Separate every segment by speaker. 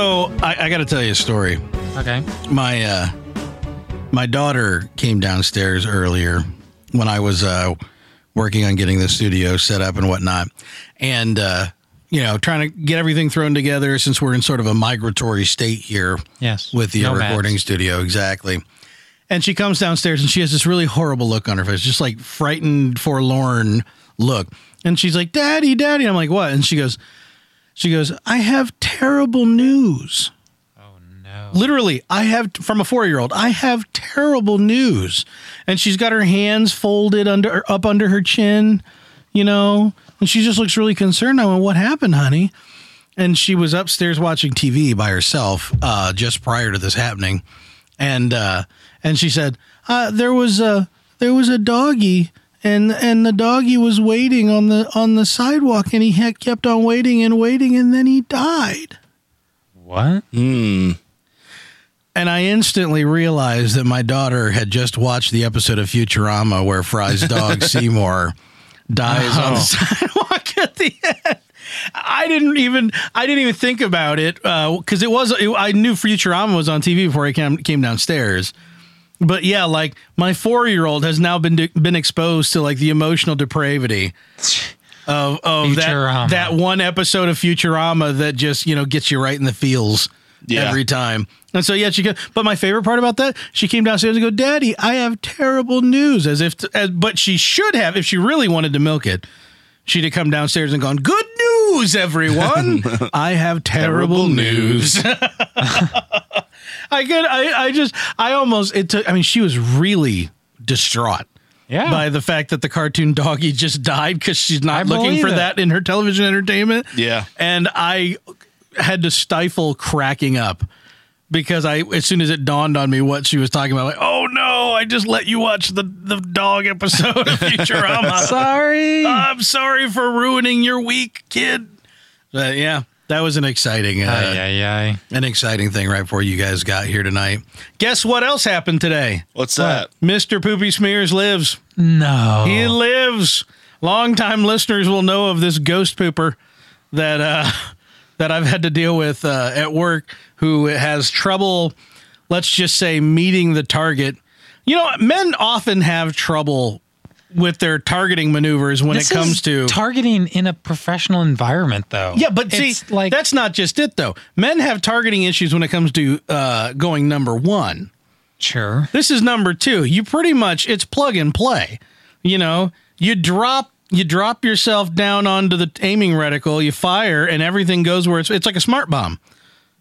Speaker 1: I got to tell you a story.
Speaker 2: Okay.
Speaker 1: My uh, my daughter came downstairs earlier when I was uh, working on getting the studio set up and whatnot, and uh, you know, trying to get everything thrown together since we're in sort of a migratory state here
Speaker 2: Yes.
Speaker 1: with the
Speaker 2: Nomads.
Speaker 1: recording studio, exactly. And she comes downstairs and she has this really horrible look on her face, just like frightened, forlorn look. And she's like, "Daddy, Daddy," I'm like, "What?" And she goes, "She goes, I have terrible news."
Speaker 2: Oh no.
Speaker 1: literally i have from a four year old i have terrible news and she's got her hands folded under up under her chin you know and she just looks really concerned i went what happened honey and she was upstairs watching tv by herself uh, just prior to this happening and uh, and she said uh, there was a there was a doggy and and the doggy was waiting on the on the sidewalk and he had kept on waiting and waiting and then he died
Speaker 2: What?
Speaker 1: And I instantly realized that my daughter had just watched the episode of Futurama where Fry's dog Seymour dies on the
Speaker 2: Oh.
Speaker 1: sidewalk at the end. I didn't even I didn't even think about it because it was it, I knew Futurama was on TV before I came came downstairs. But yeah, like my four year old has now been been exposed to like the emotional depravity of of that
Speaker 2: Futurama.
Speaker 1: that one episode of Futurama that just you know gets you right in the feels
Speaker 3: Yeah.
Speaker 1: every time. And so yeah, she. Could, but my favorite part about that, she came downstairs and go, "Daddy, I have terrible news." As if, to, as, but she should have, if she really wanted to milk it, she'd have come downstairs and gone, "Good news, everyone! I have terrible,
Speaker 3: Terrible
Speaker 1: news." I could. I. I just. I almost. It took. I mean, she was really distraught
Speaker 2: Yeah.
Speaker 1: by the fact that the cartoon doggy just died because she's not
Speaker 2: Hmm. I
Speaker 1: looking
Speaker 2: believe
Speaker 1: for
Speaker 2: it.
Speaker 1: that in her television entertainment.
Speaker 3: Yeah.
Speaker 1: And I had to stifle cracking up because I, as soon as it dawned on me what she was talking about, like, oh no, I just let you watch the, the dog episode of Futurama.
Speaker 2: Sorry.
Speaker 1: I'm sorry for ruining your week, kid. But yeah, that was an exciting, uh,
Speaker 2: Ay, ay, ay.
Speaker 1: an exciting thing right before you guys got here tonight. Guess what else happened today?
Speaker 3: What's that?
Speaker 1: Mr. Poopy Smears lives.
Speaker 2: No.
Speaker 1: He lives. Longtime listeners will know of this ghost pooper that uh, that I've had to deal with uh, at work, who has trouble. Let's just say meeting the target. You know, men often have trouble with their targeting maneuvers when
Speaker 2: This
Speaker 1: it comes
Speaker 2: is
Speaker 1: to
Speaker 2: targeting in a professional environment, though.
Speaker 1: yeah, but see,
Speaker 2: it's like
Speaker 1: that's not just it though. Men have targeting issues when it comes to uh, going number one.
Speaker 2: sure.
Speaker 1: This is number two. You pretty much it's plug and play. You know, you drop you drop yourself down onto the aiming reticle, you fire, and everything goes where it's it's like a smart bomb.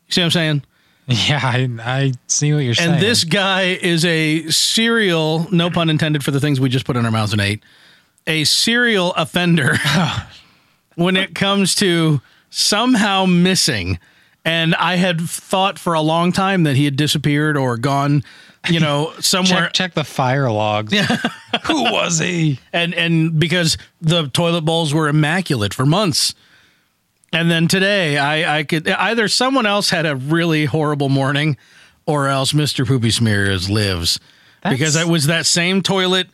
Speaker 1: You see what I'm saying?
Speaker 2: Yeah, I, I see what you're saying.
Speaker 1: And this guy is a serial, no pun intended for the things we just put in our mouths and ate, a serial offender when it comes to somehow missing. And I had thought for a long time that he had disappeared or gone, you know, somewhere
Speaker 2: check check the fire logs. Who was he?
Speaker 1: and and because the toilet bowls were immaculate for months and then today i i could either someone else had a really horrible morning or else mr poopy smears lives because
Speaker 2: That's-
Speaker 1: it was that same toilet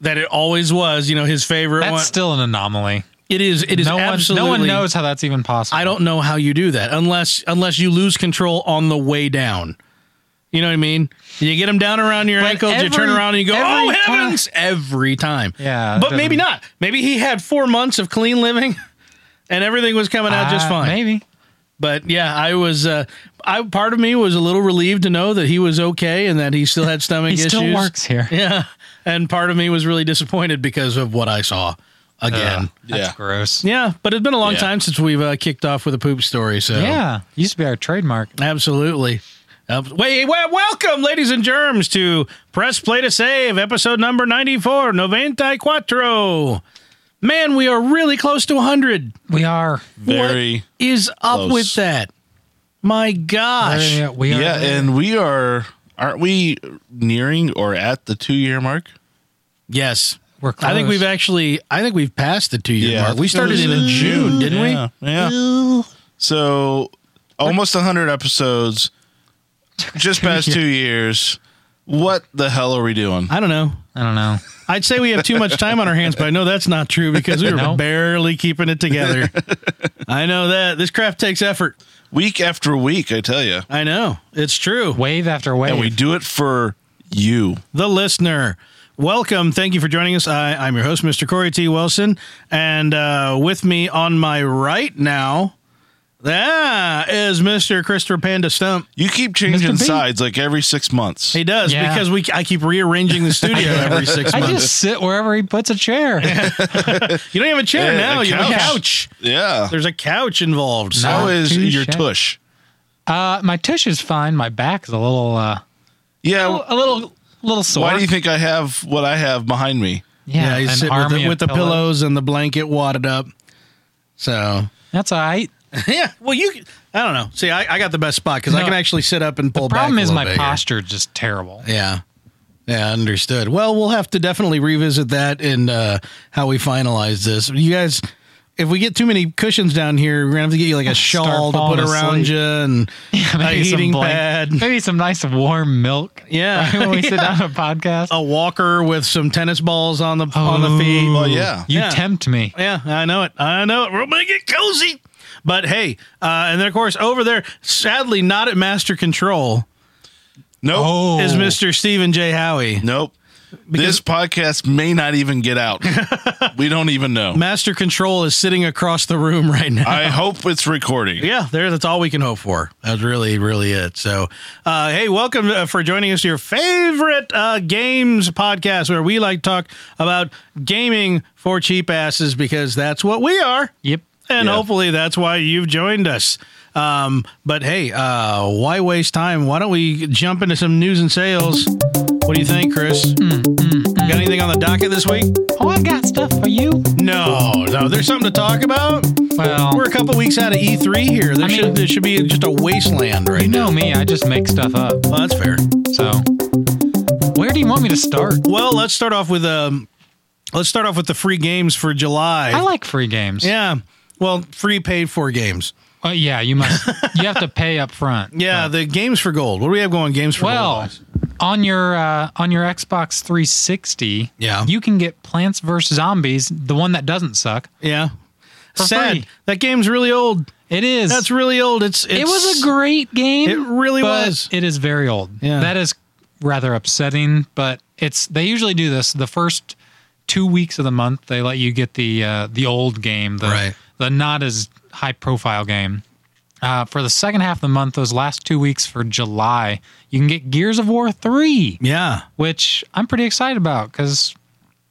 Speaker 1: that it always was you know his favorite
Speaker 2: That's
Speaker 1: one
Speaker 2: still an anomaly.
Speaker 1: it is it is
Speaker 2: No one, no
Speaker 1: absolutely
Speaker 2: one knows how that's even possible.
Speaker 1: I don't know how you do that unless unless you lose control on the way down. You know what I mean? You get them down around your
Speaker 2: But
Speaker 1: ankles, you turn
Speaker 2: every-
Speaker 1: around and you go, "Oh
Speaker 2: every time-
Speaker 1: heavens!" Every time,
Speaker 2: Yeah, it
Speaker 1: But maybe
Speaker 2: doesn't-
Speaker 1: not. Maybe he had four months of clean living, and everything was coming out just
Speaker 2: Uh,
Speaker 1: fine.
Speaker 2: Maybe.
Speaker 1: But yeah, I was. Uh, I part of me was a little relieved to know that he was okay and that he still had stomach
Speaker 2: He
Speaker 1: issues.
Speaker 2: still works here.
Speaker 1: Yeah, and part of me was really disappointed because of what I saw again.
Speaker 2: That's
Speaker 3: Yeah.
Speaker 2: gross.
Speaker 1: Yeah, but it's been a long
Speaker 3: Yeah.
Speaker 1: time since we've uh, kicked off with a poop story. So
Speaker 2: Yeah, used to be our trademark.
Speaker 1: absolutely. Uh, wait, wait, welcome, ladies and germs, to Press Play to Save, episode number 94, Noventa Quattro. Man, we are really close to 100.
Speaker 2: We are.
Speaker 3: Very.
Speaker 1: Is up
Speaker 3: Close.
Speaker 1: with that? My gosh.
Speaker 2: We're- We are.
Speaker 3: Yeah, and we are. Aren't we nearing or at the two-year mark?
Speaker 1: Yes.
Speaker 2: we're
Speaker 1: I think
Speaker 2: close.
Speaker 1: we've actually, I think we've passed the two year
Speaker 3: Yeah, I
Speaker 1: mark. We
Speaker 3: think it
Speaker 1: started
Speaker 3: was
Speaker 1: in
Speaker 3: in
Speaker 1: June, didn't we?
Speaker 3: yeah, Yeah. So almost 100 episodes, just past two years. What the hell are we doing?
Speaker 1: I don't know.
Speaker 2: I don't know.
Speaker 1: I'd say we have too much time on our hands, but I know that's not true because we were
Speaker 2: No.
Speaker 1: barely keeping it together. I know that this craft takes effort.
Speaker 3: Week after week, I tell you.
Speaker 1: I know it's true.
Speaker 2: Wave after wave.
Speaker 3: And we do it for you.
Speaker 1: the listener. Welcome. Thank you for joining us. I, I'm your host, Mr. Corey T. Wilson. And uh, with me on my right now, that is Mr. Christopher Panda Stump.
Speaker 3: You keep changing
Speaker 2: Mr. B.
Speaker 3: sides like every six months.
Speaker 1: He does
Speaker 2: Yeah.
Speaker 1: because we I keep rearranging the studio every six
Speaker 2: I
Speaker 1: months.
Speaker 2: just sit wherever he puts a chair.
Speaker 1: you don't have a chair
Speaker 3: Yeah,
Speaker 1: now.
Speaker 3: a
Speaker 1: You have a couch.
Speaker 3: couch. Yeah.
Speaker 1: There's a couch involved. So
Speaker 3: How is
Speaker 2: touche.
Speaker 3: your tush?
Speaker 2: Uh, my tush is fine. My back is a little, uh,
Speaker 3: Yeah.
Speaker 2: a little, little sore.
Speaker 3: Why do you think I have what I have behind me?
Speaker 1: yeah, he's
Speaker 2: an
Speaker 1: sitting with,
Speaker 2: army
Speaker 1: the,
Speaker 2: of
Speaker 1: with the
Speaker 2: pillows.
Speaker 1: pillows and the blanket wadded up. So
Speaker 2: That's all right.
Speaker 1: yeah, well you. I don't know. See, I, I got the best spot because I
Speaker 2: No.
Speaker 1: can actually sit up and pull back.
Speaker 2: Problem
Speaker 1: a
Speaker 2: is
Speaker 1: little
Speaker 2: my
Speaker 1: bit here.
Speaker 2: posture is just terrible.
Speaker 1: Yeah. Yeah, understood. Well, we'll have to definitely revisit that and uh, how we finalize this. You guys, if we get too many cushions down here, we're gonna have to get you like a
Speaker 2: Start
Speaker 1: shawl to put
Speaker 2: falling
Speaker 1: around
Speaker 2: asleep.
Speaker 1: you and a heating
Speaker 2: blank-
Speaker 1: pad,
Speaker 2: Maybe some nice warm milk.
Speaker 1: Yeah.
Speaker 2: when we sit
Speaker 1: Yeah.
Speaker 2: down on a podcast.
Speaker 1: a walker with some tennis balls on the on the feet.
Speaker 3: Well, yeah.
Speaker 2: You
Speaker 1: Oh, Yeah.
Speaker 2: tempt me.
Speaker 1: Yeah, I know it. I know it. We'll make it cozy. But hey, uh, and then of course over there, sadly not at master control,
Speaker 3: Nope.
Speaker 2: Oh,
Speaker 1: is Mister Stephen J. Howie.
Speaker 3: Nope. this podcast may not even get out. we don't even know.
Speaker 1: Master control is sitting across the room right now.
Speaker 3: I hope it's recording.
Speaker 1: Yeah, there. That's all we can hope for. That's really, really it. So, uh, hey, welcome uh, for joining us to your favorite uh, games podcast, where we like to talk about gaming for cheap asses because that's what we are,
Speaker 2: Yep.
Speaker 1: and
Speaker 3: Yeah.
Speaker 1: hopefully that's why you've joined us. Um, but hey, uh, why waste time? Why don't we jump into some news and sales? What do you think, Chris? Got anything on the docket this week?
Speaker 2: Oh, I got stuff for you.
Speaker 1: No, no. There's something to talk about.
Speaker 2: Well,
Speaker 1: We're a couple weeks out of E3 here. There
Speaker 2: I mean-
Speaker 1: should there should be just a wasteland right
Speaker 2: you
Speaker 1: now.
Speaker 2: know me. I just make stuff up.
Speaker 1: Well, that's fair.
Speaker 2: So, where do you want me to start?
Speaker 1: Well, let's start off with um, let's start off with the free games for July.
Speaker 2: I like free games.
Speaker 1: yeah. Well, free paid for games.
Speaker 2: Uh, yeah. You must. you have to pay up front.
Speaker 1: Yeah, the games for gold. What do we have going? Games for
Speaker 2: Oh. Well,
Speaker 1: gold.
Speaker 2: on your uh, on your Xbox 360,
Speaker 1: Yeah.
Speaker 2: you can get Plants vs Zombies, the one that doesn't suck.
Speaker 1: Yeah.
Speaker 2: for
Speaker 1: Sad.
Speaker 2: free.
Speaker 1: That game's really old.
Speaker 2: It is.
Speaker 1: That's really old. It's, it's
Speaker 2: it was a great game.
Speaker 1: It really
Speaker 2: but
Speaker 1: was.
Speaker 2: It is very old.
Speaker 1: Yeah.
Speaker 2: That is rather upsetting, but it's they usually do this the first two weeks of the month. They let you get the uh, the old game, the
Speaker 1: Right.
Speaker 2: the not as high profile game. Uh, for the second half of the month, those last two weeks for July, you can get Gears of War three,
Speaker 1: yeah.
Speaker 2: which I'm pretty excited about because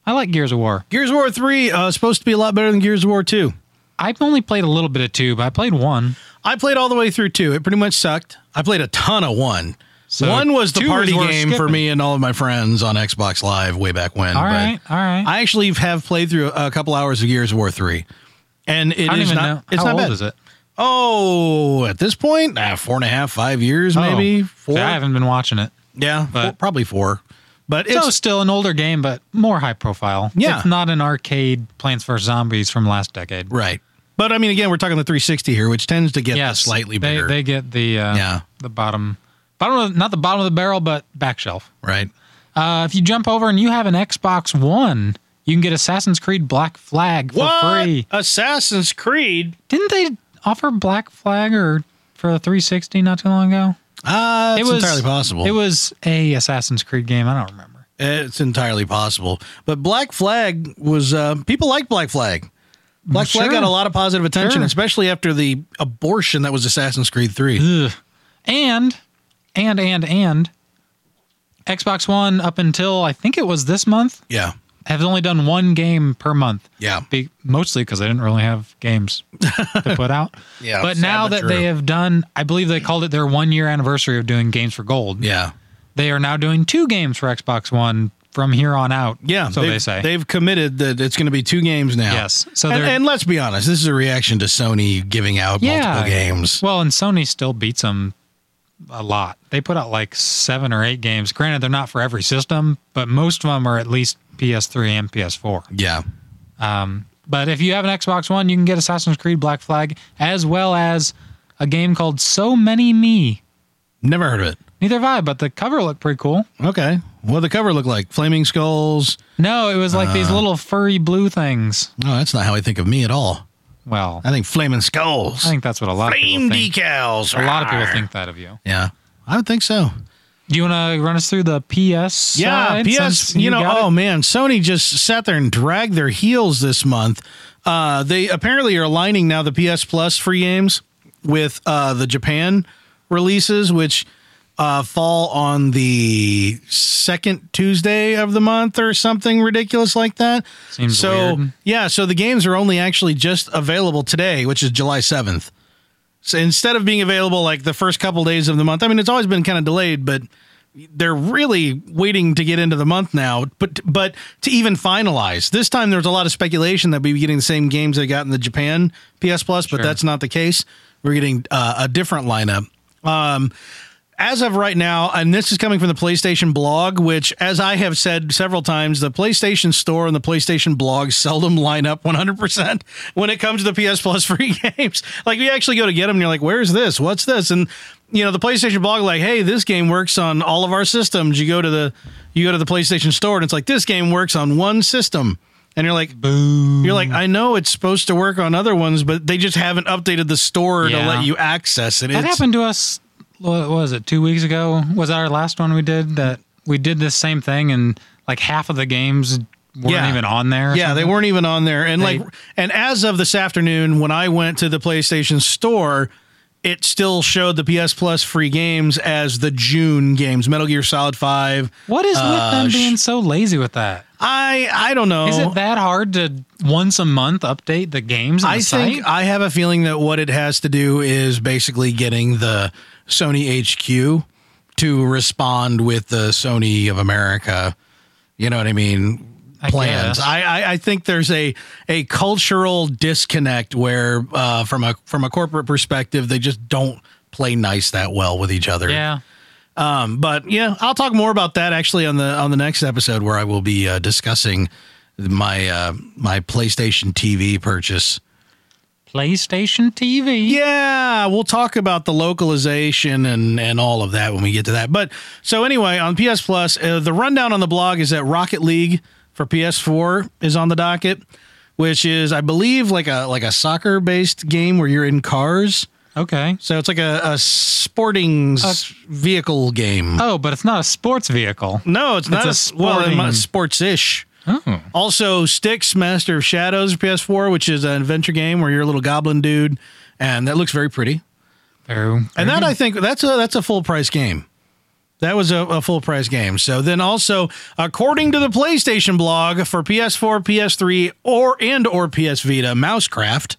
Speaker 2: I like Gears of War.
Speaker 1: Gears of War three uh, supposed to be a lot better than Gears of War two.
Speaker 2: I've only played a little bit of two, but I played one.
Speaker 1: I played all the way through two. It pretty much sucked. I played a ton of one.
Speaker 2: So
Speaker 1: one was the
Speaker 2: two is
Speaker 1: party
Speaker 2: worth
Speaker 1: game for
Speaker 2: skipping.
Speaker 1: me and all of my friends on Xbox Live way back when.
Speaker 2: All
Speaker 1: but
Speaker 2: right, all right.
Speaker 1: I actually have played through a couple hours of Gears of War three, and it is
Speaker 2: I don't even
Speaker 1: not.
Speaker 2: know
Speaker 1: It's not
Speaker 2: how old
Speaker 1: bad.
Speaker 2: is it.
Speaker 1: Oh, at this point, ah, four and a half, five years, maybe
Speaker 2: Oh,
Speaker 1: four.
Speaker 2: see, I haven't been watching it.
Speaker 1: yeah,
Speaker 2: but-
Speaker 1: four- probably four. But
Speaker 2: So
Speaker 1: it's
Speaker 2: still an older game, but more high profile.
Speaker 1: Yeah.
Speaker 2: it's not an arcade Plants vs Zombies from last decade.
Speaker 1: right. But I mean, again, we're talking the 360 here, which tends to get
Speaker 2: Yes,
Speaker 1: slightly
Speaker 2: they,
Speaker 1: bigger,
Speaker 2: They get the uh,
Speaker 1: Yeah.
Speaker 2: the bottom bottom of, not the bottom of the barrel, but back shelf.
Speaker 1: right?
Speaker 2: Uh, if you jump over and you have an Xbox One, you can get Assassin's Creed Black Flag for free.
Speaker 1: Assassin's Creed?
Speaker 2: Didn't they offer Black Flag or for the 360 not too long ago?
Speaker 1: Uh, it's entirely possible.
Speaker 2: It was a Assassin's Creed game. I don't remember.
Speaker 1: It's entirely possible. But Black Flag was uh, people liked Black Flag. Black Flag
Speaker 2: Sure.
Speaker 1: got a lot of positive attention,
Speaker 2: Sure.
Speaker 1: especially after the abortion that was Assassin's Creed Three.
Speaker 2: Ugh. And, and, and, and, Xbox One up until I think it was this month
Speaker 1: Yeah,
Speaker 2: have only done one game per month.
Speaker 1: yeah,
Speaker 2: Be, mostly because they didn't really have games to put out.
Speaker 1: Yeah,
Speaker 2: But
Speaker 1: sad
Speaker 2: now
Speaker 1: but
Speaker 2: that
Speaker 1: true.
Speaker 2: they have done, I believe they called it their one year anniversary of doing games for gold.
Speaker 1: yeah,
Speaker 2: They are now doing two games for Xbox One from here on out.
Speaker 1: yeah.
Speaker 2: So
Speaker 1: they've,
Speaker 2: they say.
Speaker 1: they've committed that it's going to be two games now.
Speaker 2: Yes. So
Speaker 1: and,
Speaker 2: they're-
Speaker 1: and let's be honest, this is a reaction to Sony giving out multiple games.
Speaker 2: Well, and Sony still beats them a lot. They put out like seven or eight games. Granted, they're not for every system, but most of them are at least PS3 and PS4.
Speaker 1: Yeah,
Speaker 2: Um, But if you have an Xbox One, you can get Assassin's Creed Black Flag as well as a game called So Many Me.
Speaker 1: never heard of it.
Speaker 2: Neither have I, but the cover looked pretty cool.
Speaker 1: Okay. What did the cover look like? Flaming skulls.
Speaker 2: No, it was like
Speaker 1: Uh.
Speaker 2: these little furry blue things.
Speaker 1: No, that's not how I think of me at all.
Speaker 2: Well,
Speaker 1: I think flaming skulls.
Speaker 2: I think that's what a lot
Speaker 1: Flame
Speaker 2: of people think.
Speaker 1: decals.
Speaker 2: A lot of people
Speaker 1: Rawr.
Speaker 2: think that of you.
Speaker 1: Yeah. I would think so.
Speaker 2: Do you want to run us through the PS?
Speaker 1: Yeah,
Speaker 2: side
Speaker 1: PS.
Speaker 2: since
Speaker 1: You, know,
Speaker 2: got it?
Speaker 1: oh man, Sony just sat there and dragged their heels this month. Uh, they apparently are aligning now the PS Plus free games with uh, the Japan releases, which uh, fall on the second Tuesday of the month or something ridiculous like that.
Speaker 2: Seems
Speaker 1: so
Speaker 2: weird.
Speaker 1: yeah, so the games are only actually just available today, which is July seventh. So instead of being available like the first couple days of the month, I mean, it's always been kind of delayed, but they're really waiting to get into the month now. But but to even finalize, this time there was a lot of speculation that we'd be getting the same games they got in the Japan PS Plus, but
Speaker 2: Sure.
Speaker 1: that's not the case. We're getting uh, a different lineup. Um, as of right now, and this is coming from the PlayStation blog, which, as I have said several times, the PlayStation Store and the PlayStation blog seldom line up 100% when it comes to the PS Plus free games. Like, you actually go to get them and you're like, where's this? What's this? And, you know, the PlayStation blog, like, hey, this game works on all of our systems. You go to the, you go to the PlayStation Store and it's like, this game works on one system. And you're like,
Speaker 2: Boo.
Speaker 1: you're like, I know it's supposed to work on other ones, but they just haven't updated the store to
Speaker 2: Yeah.
Speaker 1: let you access it.
Speaker 2: That
Speaker 1: It's-
Speaker 2: happened to us. What was it? Two weeks ago was that our last one we did. That we did this same thing, and like half of the games weren't
Speaker 1: Yeah.
Speaker 2: even on there. or
Speaker 1: Yeah, they
Speaker 2: something.
Speaker 1: weren't even on there. And
Speaker 2: They-
Speaker 1: like, and as of this afternoon, when I went to the PlayStation Store, it still showed the PS Plus free games as the June games, Metal Gear Solid Five.
Speaker 2: What is with
Speaker 1: Uh,
Speaker 2: them
Speaker 1: sh- Oh.
Speaker 2: being so lazy with that?
Speaker 1: I I don't know.
Speaker 2: Is it that hard to once a month update the games? On
Speaker 1: I
Speaker 2: the
Speaker 1: think
Speaker 2: site?
Speaker 1: I have a feeling that what it has to do is basically getting the Sony HQ to respond with the Sony of America. You know what I mean?
Speaker 2: I
Speaker 1: Plans.
Speaker 2: guess.
Speaker 1: I, I, I think there's a a cultural disconnect where uh, from a from a corporate perspective they just don't play nice that well with each other.
Speaker 2: Yeah.
Speaker 1: But yeah, I'll talk more about that actually on the on the next episode where I will be uh, discussing my uh, my PlayStation TV purchase.
Speaker 2: PlayStation TV.
Speaker 1: Yeah, we'll talk about the localization and and all of that when we get to that. But so anyway, on PS Plus, uh, the rundown on the blog is that Rocket League for PS4 is on the docket, which is I believe like a like a soccer based game where you're in cars.
Speaker 2: Okay.
Speaker 1: So it's like a, a sporting s- vehicle game.
Speaker 2: Oh, but it's not a sports vehicle.
Speaker 1: no, it's not a,
Speaker 2: a
Speaker 1: s- well, it
Speaker 2: sporting-
Speaker 1: might- sports-ish.
Speaker 2: Oh.
Speaker 1: Also, Styx, Master of Shadows for PS4, which is an adventure game where you're a little goblin dude, and that looks very pretty.
Speaker 2: Very,
Speaker 1: And that
Speaker 2: I.
Speaker 1: I think that's a that's a full price game. That was a, a full price game. So then also, according to the PlayStation blog for PS4, PS3, or and or PS Vita, Mousecraft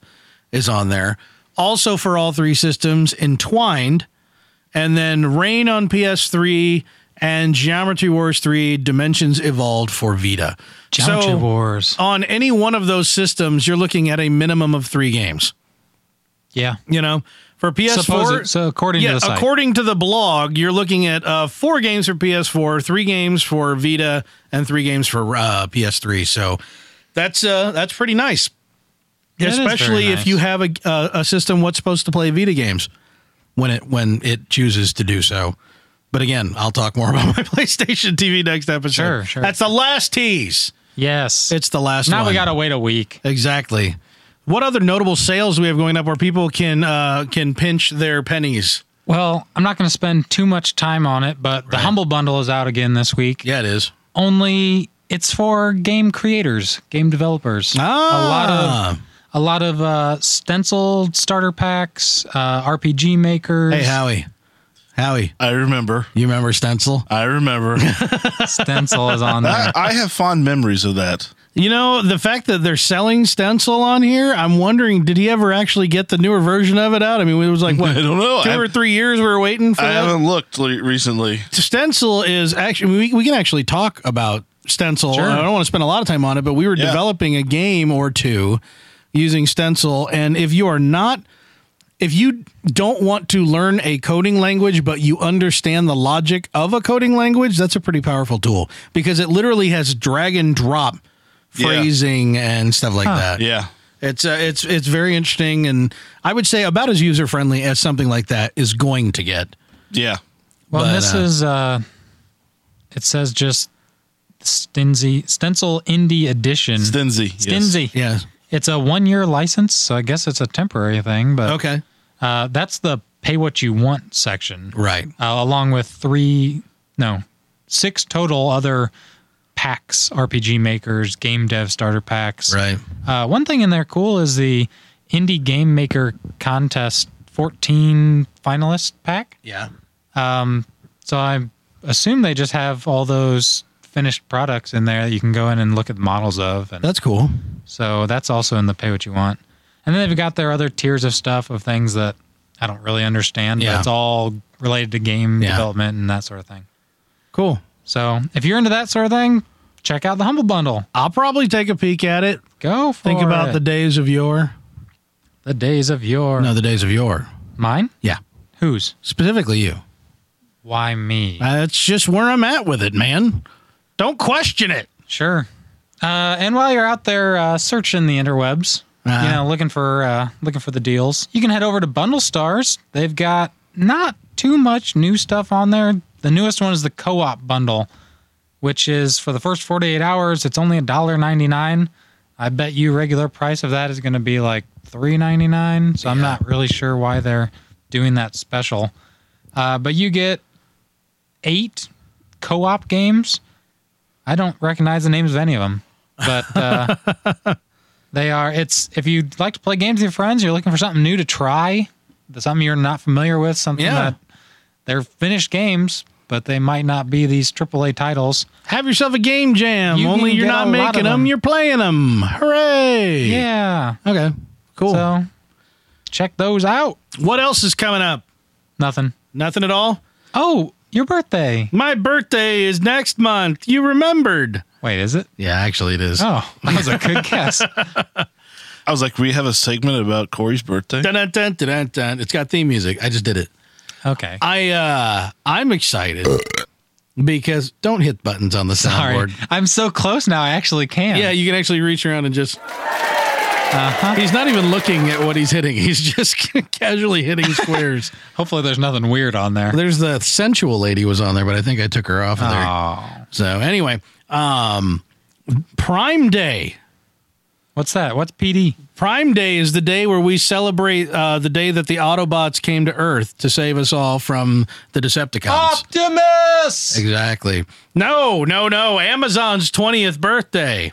Speaker 1: is on there. Also for all three systems, Entwined, and then Rain on PS3 and Geometry Wars 3 Dimensions Evolved for Vita.
Speaker 2: Geometry
Speaker 1: so
Speaker 2: Wars.
Speaker 1: on any one of those systems, you're looking at a minimum of three games.
Speaker 2: Yeah.
Speaker 1: You know, for PS4,
Speaker 2: Suppose it, so according to
Speaker 1: yeah,
Speaker 2: the site.
Speaker 1: according to the blog, you're looking at uh, four games for PS4, three games for Vita, and three games for uh, PS3. So that's uh, that's pretty nice,
Speaker 2: That is very
Speaker 1: especially if
Speaker 2: nice.
Speaker 1: you have a, uh, a, a system what's supposed to play Vita games when it when it chooses to do so. But again, I'll talk more about my PlayStation TV next episode.
Speaker 2: Sure, sure.
Speaker 1: That's the last tease.
Speaker 2: yes.
Speaker 1: It's the last.
Speaker 2: now
Speaker 1: one.
Speaker 2: we gotta wait a week.
Speaker 1: Exactly. What other notable sales do we have going up where people can uh, can pinch their pennies?
Speaker 2: Well, I'm not gonna spend too much time on it, but the Humble Bundle is out again this week.
Speaker 1: Yeah, it is.
Speaker 2: Only it's for game creators, game developers. A lot of
Speaker 1: Ah.
Speaker 2: a lot of uh, stencil starter packs, uh, RPG makers,
Speaker 1: Hey, Howie. Howie,
Speaker 3: I remember.
Speaker 1: you remember Stencil?
Speaker 3: I remember.
Speaker 2: stencil is on there.
Speaker 3: I, I have fond memories of that.
Speaker 1: You know, the fact that they're selling Stencil on here, I'm wondering, did he ever actually get the newer version of it out? I mean, it was like, what,
Speaker 3: I don't know.
Speaker 1: two
Speaker 3: I-
Speaker 1: or three years we were waiting for
Speaker 3: I
Speaker 1: that?
Speaker 3: haven't looked le- recently.
Speaker 1: Stencil is actually, we, we can actually talk about Stencil.
Speaker 2: Sure.
Speaker 1: I don't want to spend a lot of time on it, but we were
Speaker 3: Yeah.
Speaker 1: developing a game or two using Stencil. And if you are not, if you don't want to learn a coding language, but you understand the logic of a coding language, that's a pretty powerful tool because it literally has drag and drop
Speaker 3: Yeah.
Speaker 1: phrasing and stuff like that.
Speaker 3: Yeah.
Speaker 1: It's uh, it's it's very interesting, and I would say about as user friendly as something like that is going to get.
Speaker 3: Yeah.
Speaker 2: Well,
Speaker 1: But,
Speaker 2: this
Speaker 1: uh,
Speaker 2: is uh, it says just Stinzy Stencil Indie Edition.
Speaker 3: Stinzy. yes.
Speaker 2: Stinzy.
Speaker 1: Yeah.
Speaker 2: It's a one-year license, so I guess it's a temporary thing. But
Speaker 1: Okay.
Speaker 2: uh, that's the pay what you want section,
Speaker 1: Right.
Speaker 2: uh, along with three, no, six total other packs, RPG makers, game dev starter packs.
Speaker 1: Right.
Speaker 2: Uh, one thing in there cool is the Indie Game Maker Contest 14 finalist pack. Um,
Speaker 1: Yeah.
Speaker 2: So I assume they just have all those finished products in there that you can go in and look at the models of. And
Speaker 1: That's cool.
Speaker 2: so that's also in the pay what you want. And then they've got their other tiers of stuff of things that I don't really understand,
Speaker 1: Yeah.
Speaker 2: but it's all related to game
Speaker 1: Yeah.
Speaker 2: development and that sort of thing.
Speaker 1: Cool.
Speaker 2: So if you're into that sort of thing, check out the Humble Bundle.
Speaker 1: I'll probably take a peek at it.
Speaker 2: Go for
Speaker 1: Think about
Speaker 2: it.
Speaker 1: the days of yore.
Speaker 2: the days of your
Speaker 1: No, the days of yore.
Speaker 2: mine.
Speaker 1: Yeah.
Speaker 2: Whose?
Speaker 1: Specifically you.
Speaker 2: Why me?
Speaker 1: Uh, That's just where I'm at with it, man. Don't question it.
Speaker 2: Sure. Uh, and while you're out there uh, searching the interwebs,
Speaker 1: Uh-huh.
Speaker 2: you know, looking for uh, looking for the deals, you can head over to Bundle Stars. They've got not too much new stuff on there. The newest one is the co-op bundle, which is for the first 48 hours. It's only $1.99. I bet you regular price of that is going to be like $3.99. So I'm not really sure why they're doing that special. Uh, but you get eight co-op games. I don't recognize the names of any of them, but uh, they are. It's if you like to play games with your friends, you're looking for something new to try, something you're not familiar with, something
Speaker 1: Yeah.
Speaker 2: that they're finished games, but they might not be these AAA titles.
Speaker 1: Have yourself a game jam.
Speaker 2: You can
Speaker 1: Only you're
Speaker 2: get
Speaker 1: not
Speaker 2: a lot of
Speaker 1: making them,
Speaker 2: them.
Speaker 1: you're playing them. Hooray.
Speaker 2: Yeah,
Speaker 1: Okay. Cool.
Speaker 2: so check those out.
Speaker 1: what else is coming up?
Speaker 2: Nothing.
Speaker 1: Nothing at all?
Speaker 2: Oh, your birthday.
Speaker 1: My birthday is next month. You remembered.
Speaker 2: Wait, is it?
Speaker 1: Yeah, actually, it is.
Speaker 2: Oh, that was a good guess.
Speaker 3: I was like, we have a segment about Corey's birthday.
Speaker 1: Dun, dun, dun, dun, dun, dun. It's got theme music. I just did it.
Speaker 2: Okay.
Speaker 1: I uh I'm excited because don't hit buttons on the
Speaker 2: Sorry.
Speaker 1: soundboard.
Speaker 2: I'm so close now. I actually can.
Speaker 1: Yeah, you can actually reach around and just. He's not even looking at what he's hitting. He's just casually hitting squares.
Speaker 2: Hopefully, there's nothing weird on there.
Speaker 1: There's the sensual lady was on there, but I think I took her off of there.
Speaker 2: Oh,
Speaker 1: So anyway, um, Prime Day.
Speaker 2: what's that? What's PD?
Speaker 1: Prime Day is the day where we celebrate uh, the day that the Autobots came to Earth to save us all from the Decepticons.
Speaker 2: Optimus.
Speaker 1: Exactly. No, no, no. Amazon's 20th birthday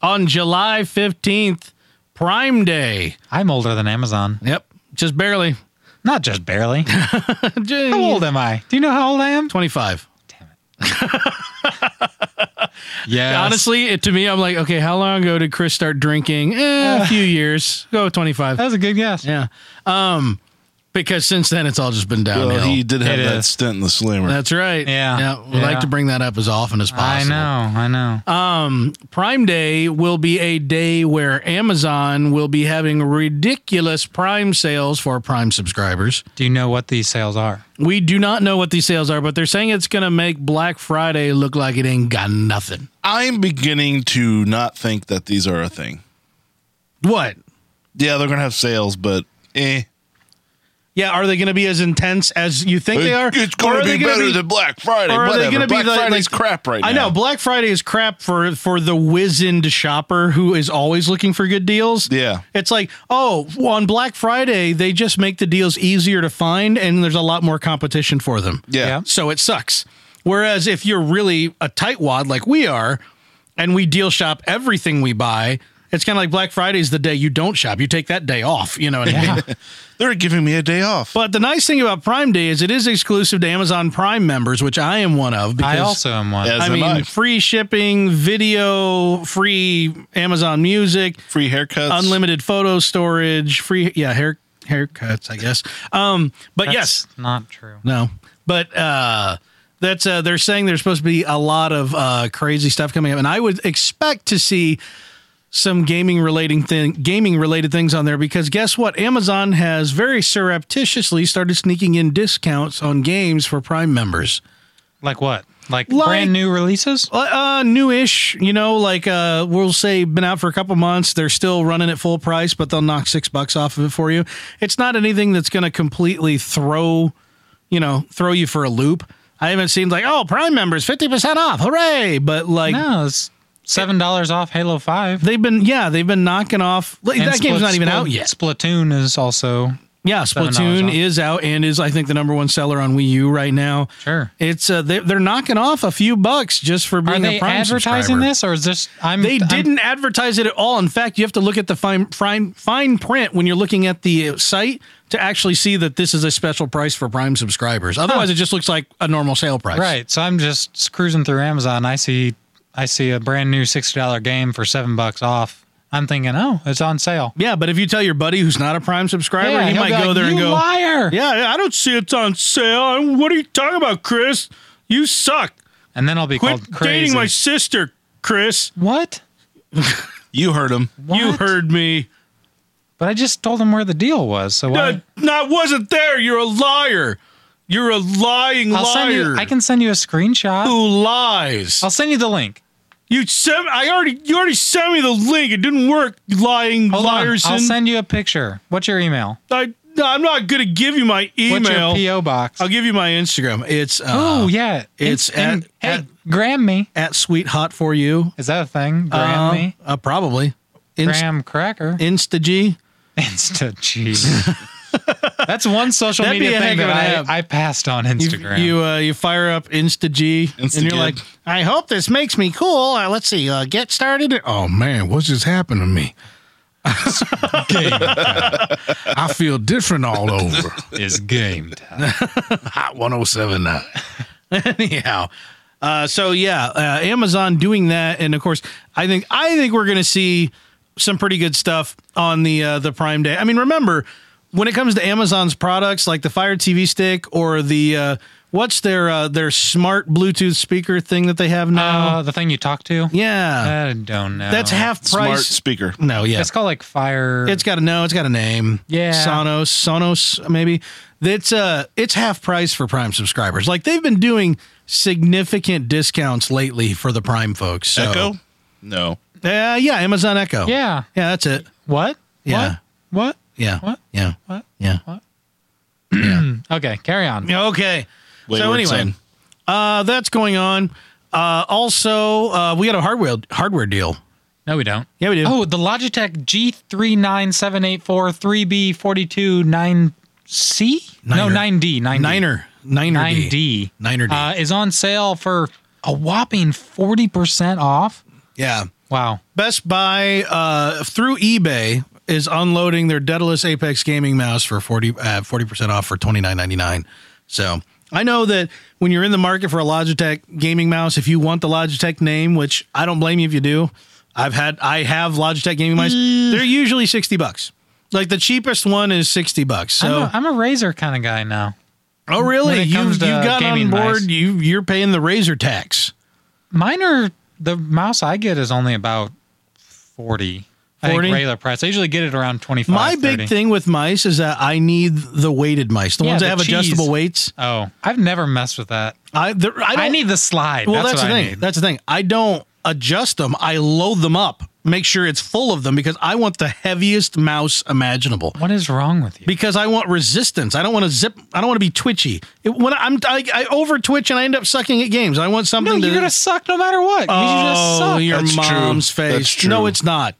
Speaker 1: on July 15th, Prime Day.
Speaker 2: I'm older than Amazon.
Speaker 1: Yep, just barely.
Speaker 2: Not just barely. How old am I? Do you know how old I am?
Speaker 1: 25.
Speaker 2: Yeah.
Speaker 1: Honestly, it, to me, I'm like, okay, how long ago did Chris start drinking? Eh, a few years. Go with 25.
Speaker 2: that was a good guess.
Speaker 1: Yeah. Um, because since then, it's all just been downhill.
Speaker 3: Well, Oh, he did have
Speaker 2: It
Speaker 3: that
Speaker 2: is.
Speaker 3: stint in the slammer.
Speaker 1: That's right.
Speaker 2: Yeah.
Speaker 1: Yeah. We
Speaker 2: Yeah.
Speaker 1: like to bring that up as often as
Speaker 2: I
Speaker 1: possible.
Speaker 2: know. I know.
Speaker 1: Um, Prime Day will be a day where Amazon will be having ridiculous Prime sales for Prime subscribers.
Speaker 2: Do you know what these sales are?
Speaker 1: We do not know what these sales are, but they're saying it's going to make Black Friday look like it ain't got nothing.
Speaker 3: I'm beginning to not think that these are a thing.
Speaker 1: What?
Speaker 3: Yeah, they're gonna have sales, but eh.
Speaker 1: Yeah, are they going to be as intense as you think they are?
Speaker 3: It's
Speaker 1: Or
Speaker 3: gonna
Speaker 1: are they
Speaker 3: be
Speaker 1: gonna
Speaker 3: better than Black Friday.
Speaker 1: or are they
Speaker 3: Whatever.
Speaker 1: gonna be
Speaker 3: Black
Speaker 1: the-
Speaker 3: Friday's
Speaker 1: like-
Speaker 3: crap right now.
Speaker 1: I know Black Friday is crap for for the wizened shopper who is always looking for good deals.
Speaker 3: Yeah.
Speaker 1: It's like, oh, well, on Black Friday they just make the deals easier to find and there's a lot more competition for them.
Speaker 3: Yeah.
Speaker 2: Yeah.
Speaker 1: So it sucks. Whereas if you're really a tightwad like we are and we deal shop everything we buy, it's kind of like Black Friday's the day you don't shop. You take that day off, you know what I mean?
Speaker 3: They're giving me a day off.
Speaker 1: But the nice thing about Prime Day is it is exclusive to Amazon Prime members, which I am one of because
Speaker 2: I also am one.
Speaker 3: As
Speaker 1: I
Speaker 3: am
Speaker 1: mean,
Speaker 3: I.
Speaker 1: free shipping, video, free Amazon Music,
Speaker 3: Free haircuts.
Speaker 1: unlimited photo storage, free yeah hair haircuts, I guess. Um, but
Speaker 2: That's
Speaker 1: yes,
Speaker 2: Not true.
Speaker 1: no, but uh, that's uh, they're saying there's supposed to be a lot of uh, crazy stuff coming up, and I would expect to see some gaming relating thing, gaming related things on there because guess what? Amazon has very surreptitiously started sneaking in discounts on games for Prime members.
Speaker 2: Like what? Like,
Speaker 1: Like-
Speaker 2: brand new releases?
Speaker 1: Uh, uh, newish, you know, like uh, we'll say been out for a couple months. They're still running at full price, but they'll knock six bucks off of it for you. It's not anything that's going to completely throw you know, throw you for a loop. I haven't seen like, oh, Prime members, 50% off. Hooray. But like,
Speaker 2: No, it's seven dollars off Halo Five.
Speaker 1: they've been, yeah, they've been knocking off. Like,
Speaker 2: And
Speaker 1: that game's
Speaker 2: Split-
Speaker 1: not even
Speaker 2: Split-
Speaker 1: out yet.
Speaker 2: Splatoon is also
Speaker 1: Yeah,
Speaker 2: $7
Speaker 1: Splatoon
Speaker 2: off.
Speaker 1: is out and is, I think, the number one seller on Wii U right now.
Speaker 2: sure.
Speaker 1: It's uh, they, they're knocking off a few bucks just for
Speaker 2: Are
Speaker 1: being
Speaker 2: they
Speaker 1: a Prime
Speaker 2: advertising
Speaker 1: subscriber.
Speaker 2: this, or is this? I'm.
Speaker 1: They
Speaker 2: I'm-
Speaker 1: didn't advertise it at all. In fact, you have to look at the fine, fine, fine print when you're looking at the uh, site to actually see that this is a special price for Prime subscribers. Otherwise, it just looks like a normal sale price.
Speaker 2: Right. So I'm just cruising through Amazon. I see, I see a brand new sixty dollar game for seven bucks off. I'm thinking, oh, it's on sale.
Speaker 1: Yeah, but if you tell your buddy who's not a Prime subscriber, he
Speaker 2: he'll
Speaker 1: might
Speaker 2: be
Speaker 1: go
Speaker 2: like,
Speaker 1: there and
Speaker 2: "You
Speaker 1: go,
Speaker 2: liar.
Speaker 1: "Yeah, yeah, I don't see it's on sale. What are you talking about, Chris? You suck.
Speaker 2: And then I'll be
Speaker 1: Quit
Speaker 2: called crazy.
Speaker 1: dating my sister, Chris.
Speaker 2: what?
Speaker 3: You heard him.
Speaker 1: You
Speaker 2: What?
Speaker 1: heard me.
Speaker 2: But I just told him where the deal was. So why?
Speaker 1: That, that wasn't there. You're a liar. You're a lying
Speaker 2: I'll
Speaker 1: liar
Speaker 2: send you. I can send you a screenshot.
Speaker 1: who lies."
Speaker 2: I'll send you the link.
Speaker 1: You sent. I already. You already sent me the link. It didn't work. you Lying
Speaker 2: Hold
Speaker 1: liars.
Speaker 2: on. I'll send you a picture. What's your email?
Speaker 1: I. No, I'm not gonna give you my email.
Speaker 2: What's your PO box?
Speaker 1: I'll give you my Instagram. It's. Uh,
Speaker 2: oh yeah,
Speaker 1: it's
Speaker 2: and-
Speaker 1: at-
Speaker 2: hey, gram me.
Speaker 1: At sweet hot for you.
Speaker 2: Is that a thing? Gram
Speaker 1: uh,
Speaker 2: me.
Speaker 1: Uh, probably. Inst-
Speaker 2: Graham Cracker.
Speaker 1: Instag.
Speaker 2: Insta Jeez. That's one social
Speaker 1: That'd be
Speaker 2: media
Speaker 1: a
Speaker 2: thing
Speaker 1: heck of an
Speaker 2: that
Speaker 1: app.
Speaker 2: I, I passed on Instagram.
Speaker 1: You uh, you fire up Instag and
Speaker 3: Instagid.
Speaker 1: you're like, I hope this makes me cool. Uh, let's see. Uh, get started. Oh man, what's just happened to me? I feel different all over.
Speaker 2: is game time.
Speaker 1: Hot 1079. Anyhow. Uh, so yeah, uh, Amazon doing that, and of course, I think I think we're going to see some pretty good stuff on the uh, the Prime Day. I mean, remember when it comes to Amazon's products like the Fire TV Stick or the uh, what's their uh, their smart Bluetooth speaker thing that they have now?
Speaker 2: Uh, the thing you talk to?
Speaker 1: yeah,
Speaker 2: I don't know.
Speaker 1: that's half
Speaker 3: Smart
Speaker 1: price.
Speaker 3: speaker.
Speaker 1: No, yeah,
Speaker 2: It's called like fire.
Speaker 1: it's got a no. It's got a name.
Speaker 2: Yeah.
Speaker 1: Sonos. Sonos. Maybe it's uh it's half price for Prime subscribers. Like they've been doing significant discounts lately for the Prime folks. So.
Speaker 3: Echo? No.
Speaker 1: Uh, yeah. Amazon Echo.
Speaker 2: yeah.
Speaker 1: Yeah. That's it.
Speaker 2: What?
Speaker 1: Yeah.
Speaker 2: What?
Speaker 1: Yeah.
Speaker 2: What?
Speaker 1: Yeah.
Speaker 2: What?
Speaker 1: Yeah.
Speaker 2: What? Okay, carry on.
Speaker 1: Yeah, Okay. so
Speaker 3: Wayward
Speaker 1: anyway,
Speaker 3: son.
Speaker 1: uh, that's going on. Uh, also, uh, we got a hardware hardware deal.
Speaker 2: No, we don't.
Speaker 1: Yeah, we do.
Speaker 2: Oh, the Logitech G39784 3B429C? No,
Speaker 1: Niner.
Speaker 2: 9D. 9D.
Speaker 1: Niner. Niner.
Speaker 2: 9D.
Speaker 1: D. Niner D.
Speaker 2: Uh, is on sale for a whopping 40% off.
Speaker 1: yeah.
Speaker 2: Wow.
Speaker 1: Best Buy uh, through eBay is unloading their Daedalus Apex gaming mouse for 40 percent off for twenty nine ninety nine. So I know that when you're in the market for a Logitech gaming mouse, if you want the Logitech name, which I don't blame you if you do, I've had I have Logitech gaming mice.
Speaker 2: Mm.
Speaker 1: They're usually sixty bucks. Like the cheapest one is sixty bucks. So
Speaker 2: I'm, a, I'm a razor kind of guy now.
Speaker 1: oh really?
Speaker 2: when it
Speaker 1: You
Speaker 2: comes
Speaker 1: you
Speaker 2: to
Speaker 1: got on
Speaker 2: gaming
Speaker 1: board.
Speaker 2: mice.
Speaker 1: You you're paying the razor tax.
Speaker 2: Mine are the mouse I get is only about 40. I
Speaker 1: 40?
Speaker 2: think regular price. I usually get it around 25.
Speaker 1: My big
Speaker 2: 30.
Speaker 1: thing with mice is that I need the weighted mice, the
Speaker 2: Yeah,
Speaker 1: ones that
Speaker 2: the
Speaker 1: have
Speaker 2: cheese.
Speaker 1: adjustable weights.
Speaker 2: Oh, I've never messed with that.
Speaker 1: I the, I, don't,
Speaker 2: I, need the slide.
Speaker 1: Well,
Speaker 2: that's,
Speaker 1: that's,
Speaker 2: what
Speaker 1: the
Speaker 2: I
Speaker 1: thing.
Speaker 2: need.
Speaker 1: That's the thing. I don't adjust them. I load them up, make sure it's full of them because I want the heaviest mouse imaginable.
Speaker 2: what is wrong with you?
Speaker 1: Because I want resistance. I don't want to zip. I don't want to be twitchy. It, when I'm I, I over twitch and I end up sucking at games. I want
Speaker 2: no,
Speaker 1: something.
Speaker 2: you're
Speaker 1: to,
Speaker 2: gonna suck no matter what. 'cause you just
Speaker 1: Oh,
Speaker 2: suck.
Speaker 1: your
Speaker 3: That's true.
Speaker 1: mom's face.
Speaker 3: That's true.
Speaker 1: No, it's not.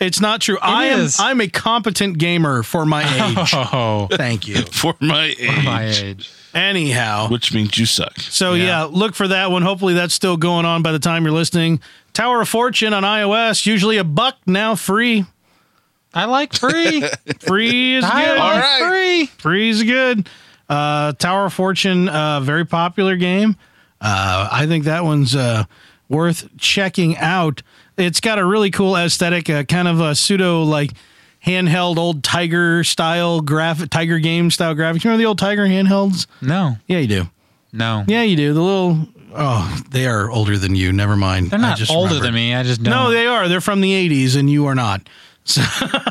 Speaker 1: It's not true. I am.
Speaker 2: is.
Speaker 1: I'm a competent gamer for my age.
Speaker 2: oh,
Speaker 1: Thank you.
Speaker 3: For my age.
Speaker 2: my age.
Speaker 1: Anyhow,
Speaker 3: Which means you suck.
Speaker 1: So yeah. look for that one. Hopefully that's still going on by the time you're listening. Tower of Fortune on iOS, usually a buck, now free.
Speaker 2: I like free.
Speaker 1: Free is
Speaker 2: I
Speaker 1: good.
Speaker 2: like
Speaker 3: right.
Speaker 2: free.
Speaker 1: Free is good. Uh, Tower of Fortune, uh, very popular game. Uh, I think that one's uh, worth checking out. It's got a really cool aesthetic, uh, kind of a pseudo like handheld old tiger style graphic, tiger game style graphics. You remember the old tiger handhelds?
Speaker 2: No,
Speaker 1: Yeah, you do.
Speaker 2: no.
Speaker 1: Yeah, you do. The little oh, they are older than you. Never mind.
Speaker 2: They're not older than me. I just don't.
Speaker 1: No, they are. They're from the '80s, and you are not.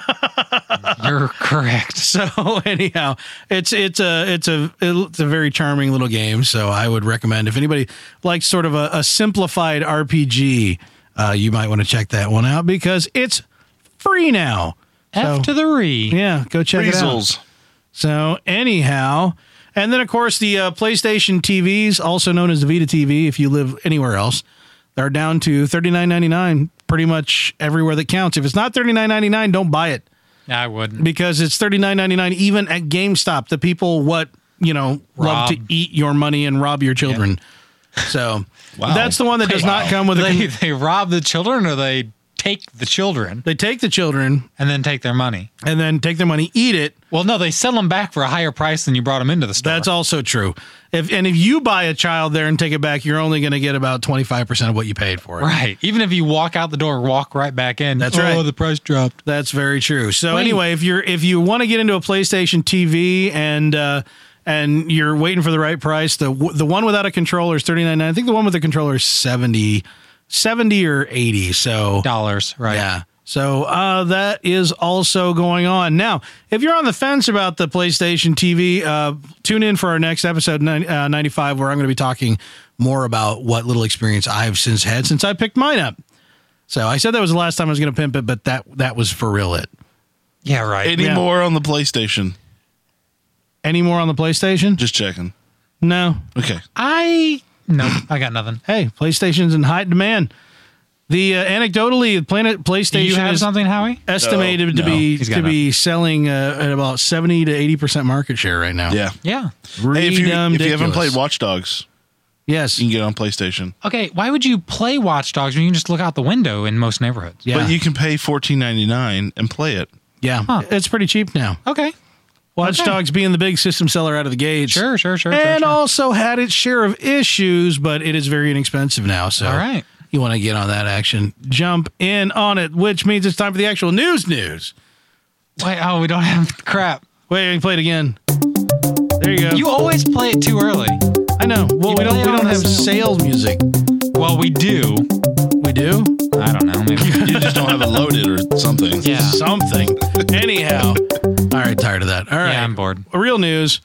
Speaker 2: you're correct.
Speaker 1: So anyhow, it's it's a it's a it's a very charming little game. So I would recommend if anybody likes sort of a, a simplified RPG, uh, you might want to check that one out because it's free now.
Speaker 2: F
Speaker 1: So-
Speaker 2: to the re.
Speaker 1: Yeah, go check it out.
Speaker 3: Weasels.
Speaker 1: So anyhow, And then, of course, the uh, PlayStation TVs, also known as the Vita TV, if you live anywhere else, are down to thirty nine ninety nine pretty much everywhere that counts. If it's not thirty nine ninety nine, don't buy it
Speaker 2: I wouldn't.
Speaker 1: because it's thirty nine ninety nine even at GameStop. The people what you know love
Speaker 2: Rob.
Speaker 1: to eat your money and rob your children. So
Speaker 3: Wow.
Speaker 1: that's the one that does not
Speaker 3: Wow.
Speaker 1: come with a.
Speaker 2: They they rob the children or they take the children
Speaker 1: they take the children
Speaker 2: and then take their money.
Speaker 1: and then take their money, eat it,
Speaker 2: Well, no, they sell them back for a higher price than you brought them into the store.
Speaker 1: That's also true. If and if you buy a child there and take it back, you're only going to get about 25% of what you paid for it.
Speaker 2: right. Even if you walk out the door, walk right back in.
Speaker 1: That's
Speaker 2: oh,
Speaker 1: right.
Speaker 2: the price dropped.
Speaker 1: That's very true. So
Speaker 2: Wait.
Speaker 1: anyway, if you're if you want to get into a PlayStation TV and uh and you're waiting for the right price, the w- the one without a controller is 39 I think the one with the controller is 70 70 or 80. So
Speaker 2: Dollars. Right.
Speaker 1: Yeah. So uh, that is also going on. Now, if you're on the fence about the PlayStation TV, uh, tune in for our next episode, nine- uh, 95, where I'm going to be talking more about what little experience I've since had since I picked mine up. So I said that was the last time I was going to pimp it, but that that was for real it.
Speaker 2: Yeah, right.
Speaker 3: Any
Speaker 1: Yeah.
Speaker 3: more on the PlayStation?
Speaker 1: Any more on the PlayStation?
Speaker 3: Just checking.
Speaker 1: No.
Speaker 3: Okay.
Speaker 2: I no, I got nothing.
Speaker 1: Hey, PlayStation's in high demand. The uh, anecdotally, Planet
Speaker 2: Do
Speaker 1: PlayStation
Speaker 2: you have
Speaker 1: is
Speaker 2: something, Howie?
Speaker 1: estimated to
Speaker 3: No, no.
Speaker 1: be
Speaker 2: He's
Speaker 1: to
Speaker 2: got
Speaker 1: be selling uh, at about 70 to 80% market share right now.
Speaker 3: Yeah.
Speaker 2: Yeah.
Speaker 3: Hey, if you, if you haven't
Speaker 1: Ridiculous.
Speaker 3: played Watch Dogs,
Speaker 1: yes,
Speaker 3: you can get it on PlayStation.
Speaker 2: Okay. Why would you play Watch Dogs when you can just look out the window in most neighborhoods?
Speaker 1: yeah,
Speaker 3: But you can pay fourteen ninety nine and play it.
Speaker 1: yeah,
Speaker 2: Huh.
Speaker 1: it's pretty cheap now.
Speaker 2: Okay.
Speaker 1: Watch
Speaker 2: Okay.
Speaker 1: Dogs being the big system seller out of the gate,
Speaker 2: Sure. Sure. Sure. sure,
Speaker 1: and
Speaker 2: sure.
Speaker 1: also had its share of issues, but it is very inexpensive now. So,
Speaker 2: All right.
Speaker 1: you want to get on that action, jump in on it, which means it's time for the actual news. News.
Speaker 2: Wait. Oh, we don't have crap.
Speaker 1: Wait, I can play it again. There you go.
Speaker 2: You always play it too early.
Speaker 1: I know. Well,
Speaker 2: you
Speaker 1: we don't.
Speaker 2: play
Speaker 1: We
Speaker 2: it on
Speaker 1: don't have
Speaker 2: this-
Speaker 1: sales music.
Speaker 2: Well, we do.
Speaker 1: We do.
Speaker 2: I don't know. Maybe. we do.
Speaker 3: You just don't have it loaded or something.
Speaker 2: yeah.
Speaker 1: something. Anyhow, all right, tired of that. All right,
Speaker 2: Yeah, I'm bored.
Speaker 1: Real news.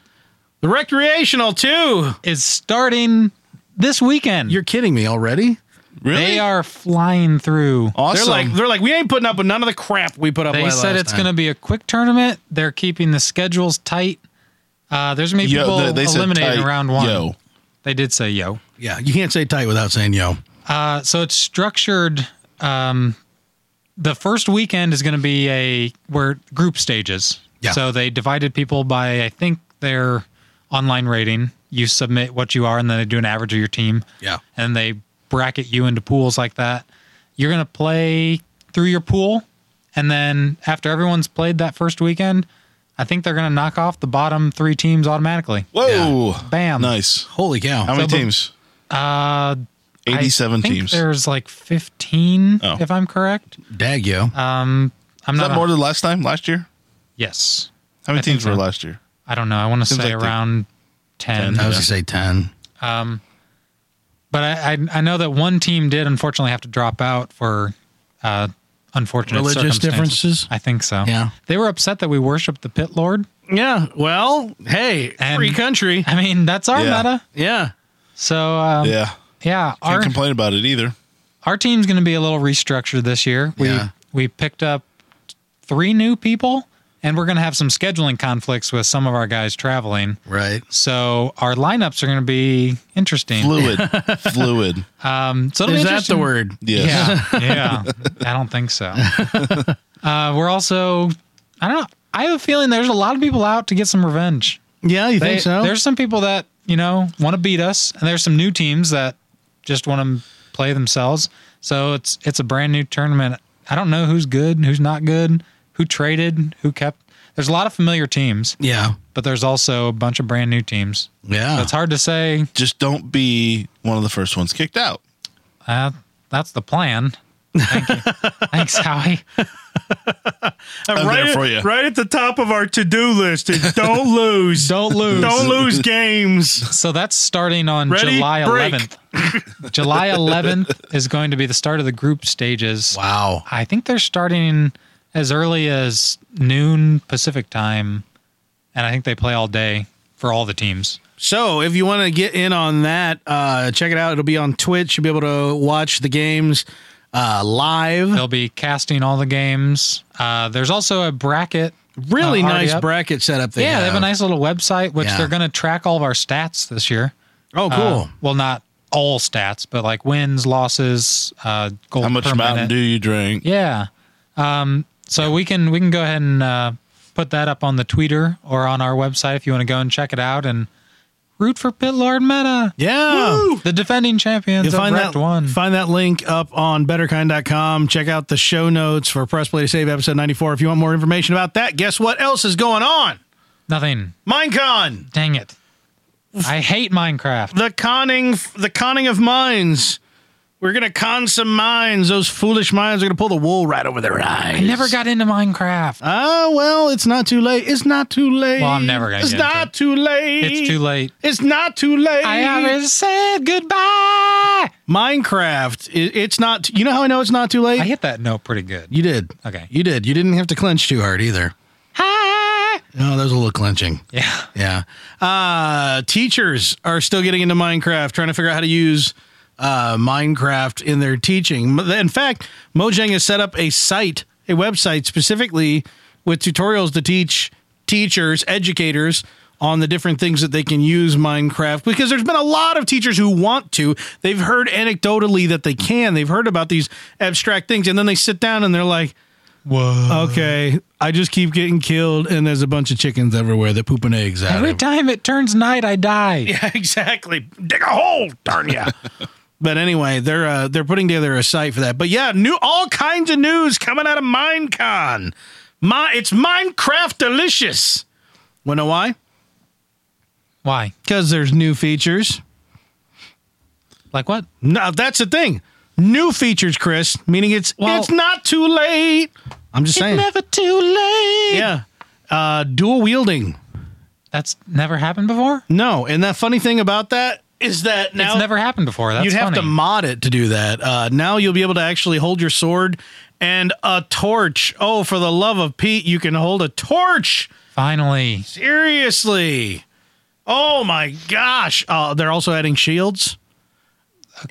Speaker 1: The recreational too.
Speaker 2: Is starting this weekend.
Speaker 1: You're kidding me already?
Speaker 3: Really?
Speaker 2: They are flying through.
Speaker 3: awesome.
Speaker 1: They're like they're like we ain't putting up with none of the crap we put up.
Speaker 2: They
Speaker 1: la- last
Speaker 2: said it's
Speaker 1: time.
Speaker 2: going to be a quick tournament. They're keeping the schedules tight. Uh, there's going to be
Speaker 3: Yo,
Speaker 2: people
Speaker 3: they- they said
Speaker 2: eliminated in
Speaker 3: tight.
Speaker 2: round one.
Speaker 3: Yo.
Speaker 2: They did say yo.
Speaker 1: Yeah, you can't say tight without saying yo.
Speaker 2: Uh, so it's structured. Um, the first weekend is going to be a where group stages.
Speaker 1: Yeah.
Speaker 2: So they divided people by I think their online rating. You submit what you are, and then they do an average of your team.
Speaker 1: Yeah.
Speaker 2: And they bracket you into pools like that. You're going to play through your pool, and then after everyone's played that first weekend, I think they're going to knock off the bottom three teams automatically.
Speaker 3: Whoa.
Speaker 2: Bam.
Speaker 3: Nice.
Speaker 1: Holy cow!
Speaker 3: How many
Speaker 2: So, but-
Speaker 3: teams?
Speaker 2: Uh, I
Speaker 3: 87
Speaker 2: think
Speaker 3: teams. Is
Speaker 2: There's like 15,
Speaker 3: Oh.
Speaker 2: if I'm correct.
Speaker 1: Dag yo.
Speaker 2: Um, I'm not
Speaker 3: that
Speaker 2: a-
Speaker 3: more than last time, last year?
Speaker 2: yes,
Speaker 3: How many
Speaker 2: I think
Speaker 3: teams were
Speaker 2: so.
Speaker 3: last year?
Speaker 2: I don't know. I want to
Speaker 3: Seems
Speaker 2: say
Speaker 3: like they-
Speaker 2: around ten,
Speaker 1: I was
Speaker 3: yeah.
Speaker 1: gonna say ten.
Speaker 2: but I, I I know that one team did unfortunately have to drop out for uh, unfortunate
Speaker 1: Religious
Speaker 2: circumstances.
Speaker 1: differences?
Speaker 2: I think so.
Speaker 1: Yeah.
Speaker 2: they were upset that we worship the pit lord.
Speaker 1: Yeah. Well, hey,
Speaker 2: And-
Speaker 1: free country.
Speaker 2: I mean, that's our
Speaker 3: Yeah.
Speaker 2: meta.
Speaker 1: Yeah.
Speaker 2: So um, yeah,
Speaker 3: Yeah. Can't
Speaker 2: our
Speaker 3: complain about it either.
Speaker 2: our team's going to be a little restructured this year. We
Speaker 1: Yeah.
Speaker 2: we picked up three new people, and we're going to have some scheduling conflicts with some of our guys traveling.
Speaker 1: Right.
Speaker 2: So our lineups are going to be interesting.
Speaker 3: Fluid. Fluid.
Speaker 2: Um, so it'll be
Speaker 1: Is that
Speaker 2: interesting.
Speaker 1: the word?
Speaker 3: Yes.
Speaker 2: Yeah, yeah. I don't think so. Uh, we're also, I don't. I have a feeling there's a lot of people out to get some revenge.
Speaker 1: Yeah, you
Speaker 2: They-
Speaker 1: think so?
Speaker 2: There's some people that you know want to beat us, and there's some new teams that just want to play themselves. So it's it's a brand new tournament. I don't know who's good, who's not good, who traded, who kept. There's a lot of familiar teams,
Speaker 1: Yeah.
Speaker 2: but there's also a bunch of brand new teams. So
Speaker 1: Yeah.
Speaker 2: it's hard to say.
Speaker 3: Just don't be one of the first ones kicked out.
Speaker 2: Uh, that's the plan. Thank you. Thanks, Howie.
Speaker 1: I'm
Speaker 3: there for you.
Speaker 1: Right at the top of our to-do list is don't lose.
Speaker 2: Don't lose.
Speaker 1: lose games.
Speaker 2: So that's starting on
Speaker 1: Ready?
Speaker 2: July
Speaker 1: Break.
Speaker 2: 11th. July 11th is going to be the start of the group stages.
Speaker 1: Wow.
Speaker 2: I think they're starting as early as noon Pacific time, and I think they play all day for all the teams.
Speaker 1: So if you want to get in on that, uh, check it out. It'll be on Twitch. You'll be able to watch the games uh, live.
Speaker 2: They'll be casting all the games. Uh, there's also a bracket
Speaker 1: Really
Speaker 2: Uh, already
Speaker 1: nice
Speaker 2: up?
Speaker 1: bracket setup they
Speaker 2: yeah,
Speaker 1: have.
Speaker 2: they have a nice little website which
Speaker 1: Yeah.
Speaker 2: they're going to track all of our stats this year.
Speaker 1: Oh, cool.
Speaker 2: Uh, well, not all stats, but like wins, losses, uh, gold.
Speaker 3: How much
Speaker 2: per
Speaker 3: Mountain
Speaker 2: minute.
Speaker 3: Dew you drink?
Speaker 2: Yeah. Um, so we can we can go ahead and uh, put that up on the Twitter or on our website if you want to go and check it out and root for Pit Lord Meta,
Speaker 1: yeah.
Speaker 2: the defending champions
Speaker 1: You'll
Speaker 2: of
Speaker 1: find
Speaker 2: Wrecked
Speaker 1: that,
Speaker 2: One.
Speaker 1: find that link up on betterkind.com. Check out the show notes for Press Play to Save episode 94. If you want more information about that, guess what else is going on?
Speaker 2: Nothing.
Speaker 1: Minecon,
Speaker 2: Dang it. I hate Minecraft.
Speaker 1: the conning, the conning of mines. We're going to con some mines. Those foolish mines are going to pull the wool right over their eyes.
Speaker 2: I never got into Minecraft.
Speaker 1: Oh, well, it's not too late. It's not too late.
Speaker 2: Well, I'm never gonna
Speaker 1: It's
Speaker 2: get into
Speaker 1: not
Speaker 2: it.
Speaker 1: too late.
Speaker 2: It's too late.
Speaker 1: It's not too late.
Speaker 2: I already said goodbye.
Speaker 1: Minecraft. It, it's not. You know how I know it's not too late?
Speaker 2: I hit that note pretty good.
Speaker 1: you did.
Speaker 2: Okay.
Speaker 1: You did. You didn't have to clench too hard either.
Speaker 2: Hi.
Speaker 1: No, there's a little clenching.
Speaker 2: Yeah.
Speaker 1: Yeah. Uh, teachers are still getting into Minecraft, trying to figure out how to use uh, Minecraft in their teaching. In fact, Mojang has set up a site, a website specifically with tutorials to teach teachers, educators on the different things that they can use Minecraft because there's been a lot of teachers who want to. They've heard anecdotally that they can, they've heard about these abstract things, and then they sit down and they're like,
Speaker 2: Whoa.
Speaker 1: Okay, I just keep getting killed, and there's a bunch of chickens everywhere that pooping eggs out.
Speaker 2: Every
Speaker 1: of.
Speaker 2: time it turns night, I die.
Speaker 1: Yeah, exactly. Dig a hole, darn ya. but anyway, they're uh, they're putting together a site for that. But yeah, new all kinds of news coming out of Minecon. My, it's Minecraft delicious. Wanna know why?
Speaker 2: Why?
Speaker 1: Because there's new features.
Speaker 2: Like what?
Speaker 1: No, that's the thing. New features, Chris. Meaning it's
Speaker 2: Well-
Speaker 1: it's not too late. I'm just saying.
Speaker 2: Never too late.
Speaker 1: yeah. Uh, dual wielding.
Speaker 2: That's never happened before?
Speaker 1: No, and that funny thing about that is that now
Speaker 2: it's never happened before. That's
Speaker 1: you'd have to
Speaker 2: funny.
Speaker 1: mod it to do that. Uh, now you'll be able to actually hold your sword and a torch. Oh, for the love of Pete, you can hold a torch.
Speaker 2: Finally.
Speaker 1: Seriously. Oh my gosh. Uh, they're also adding shields,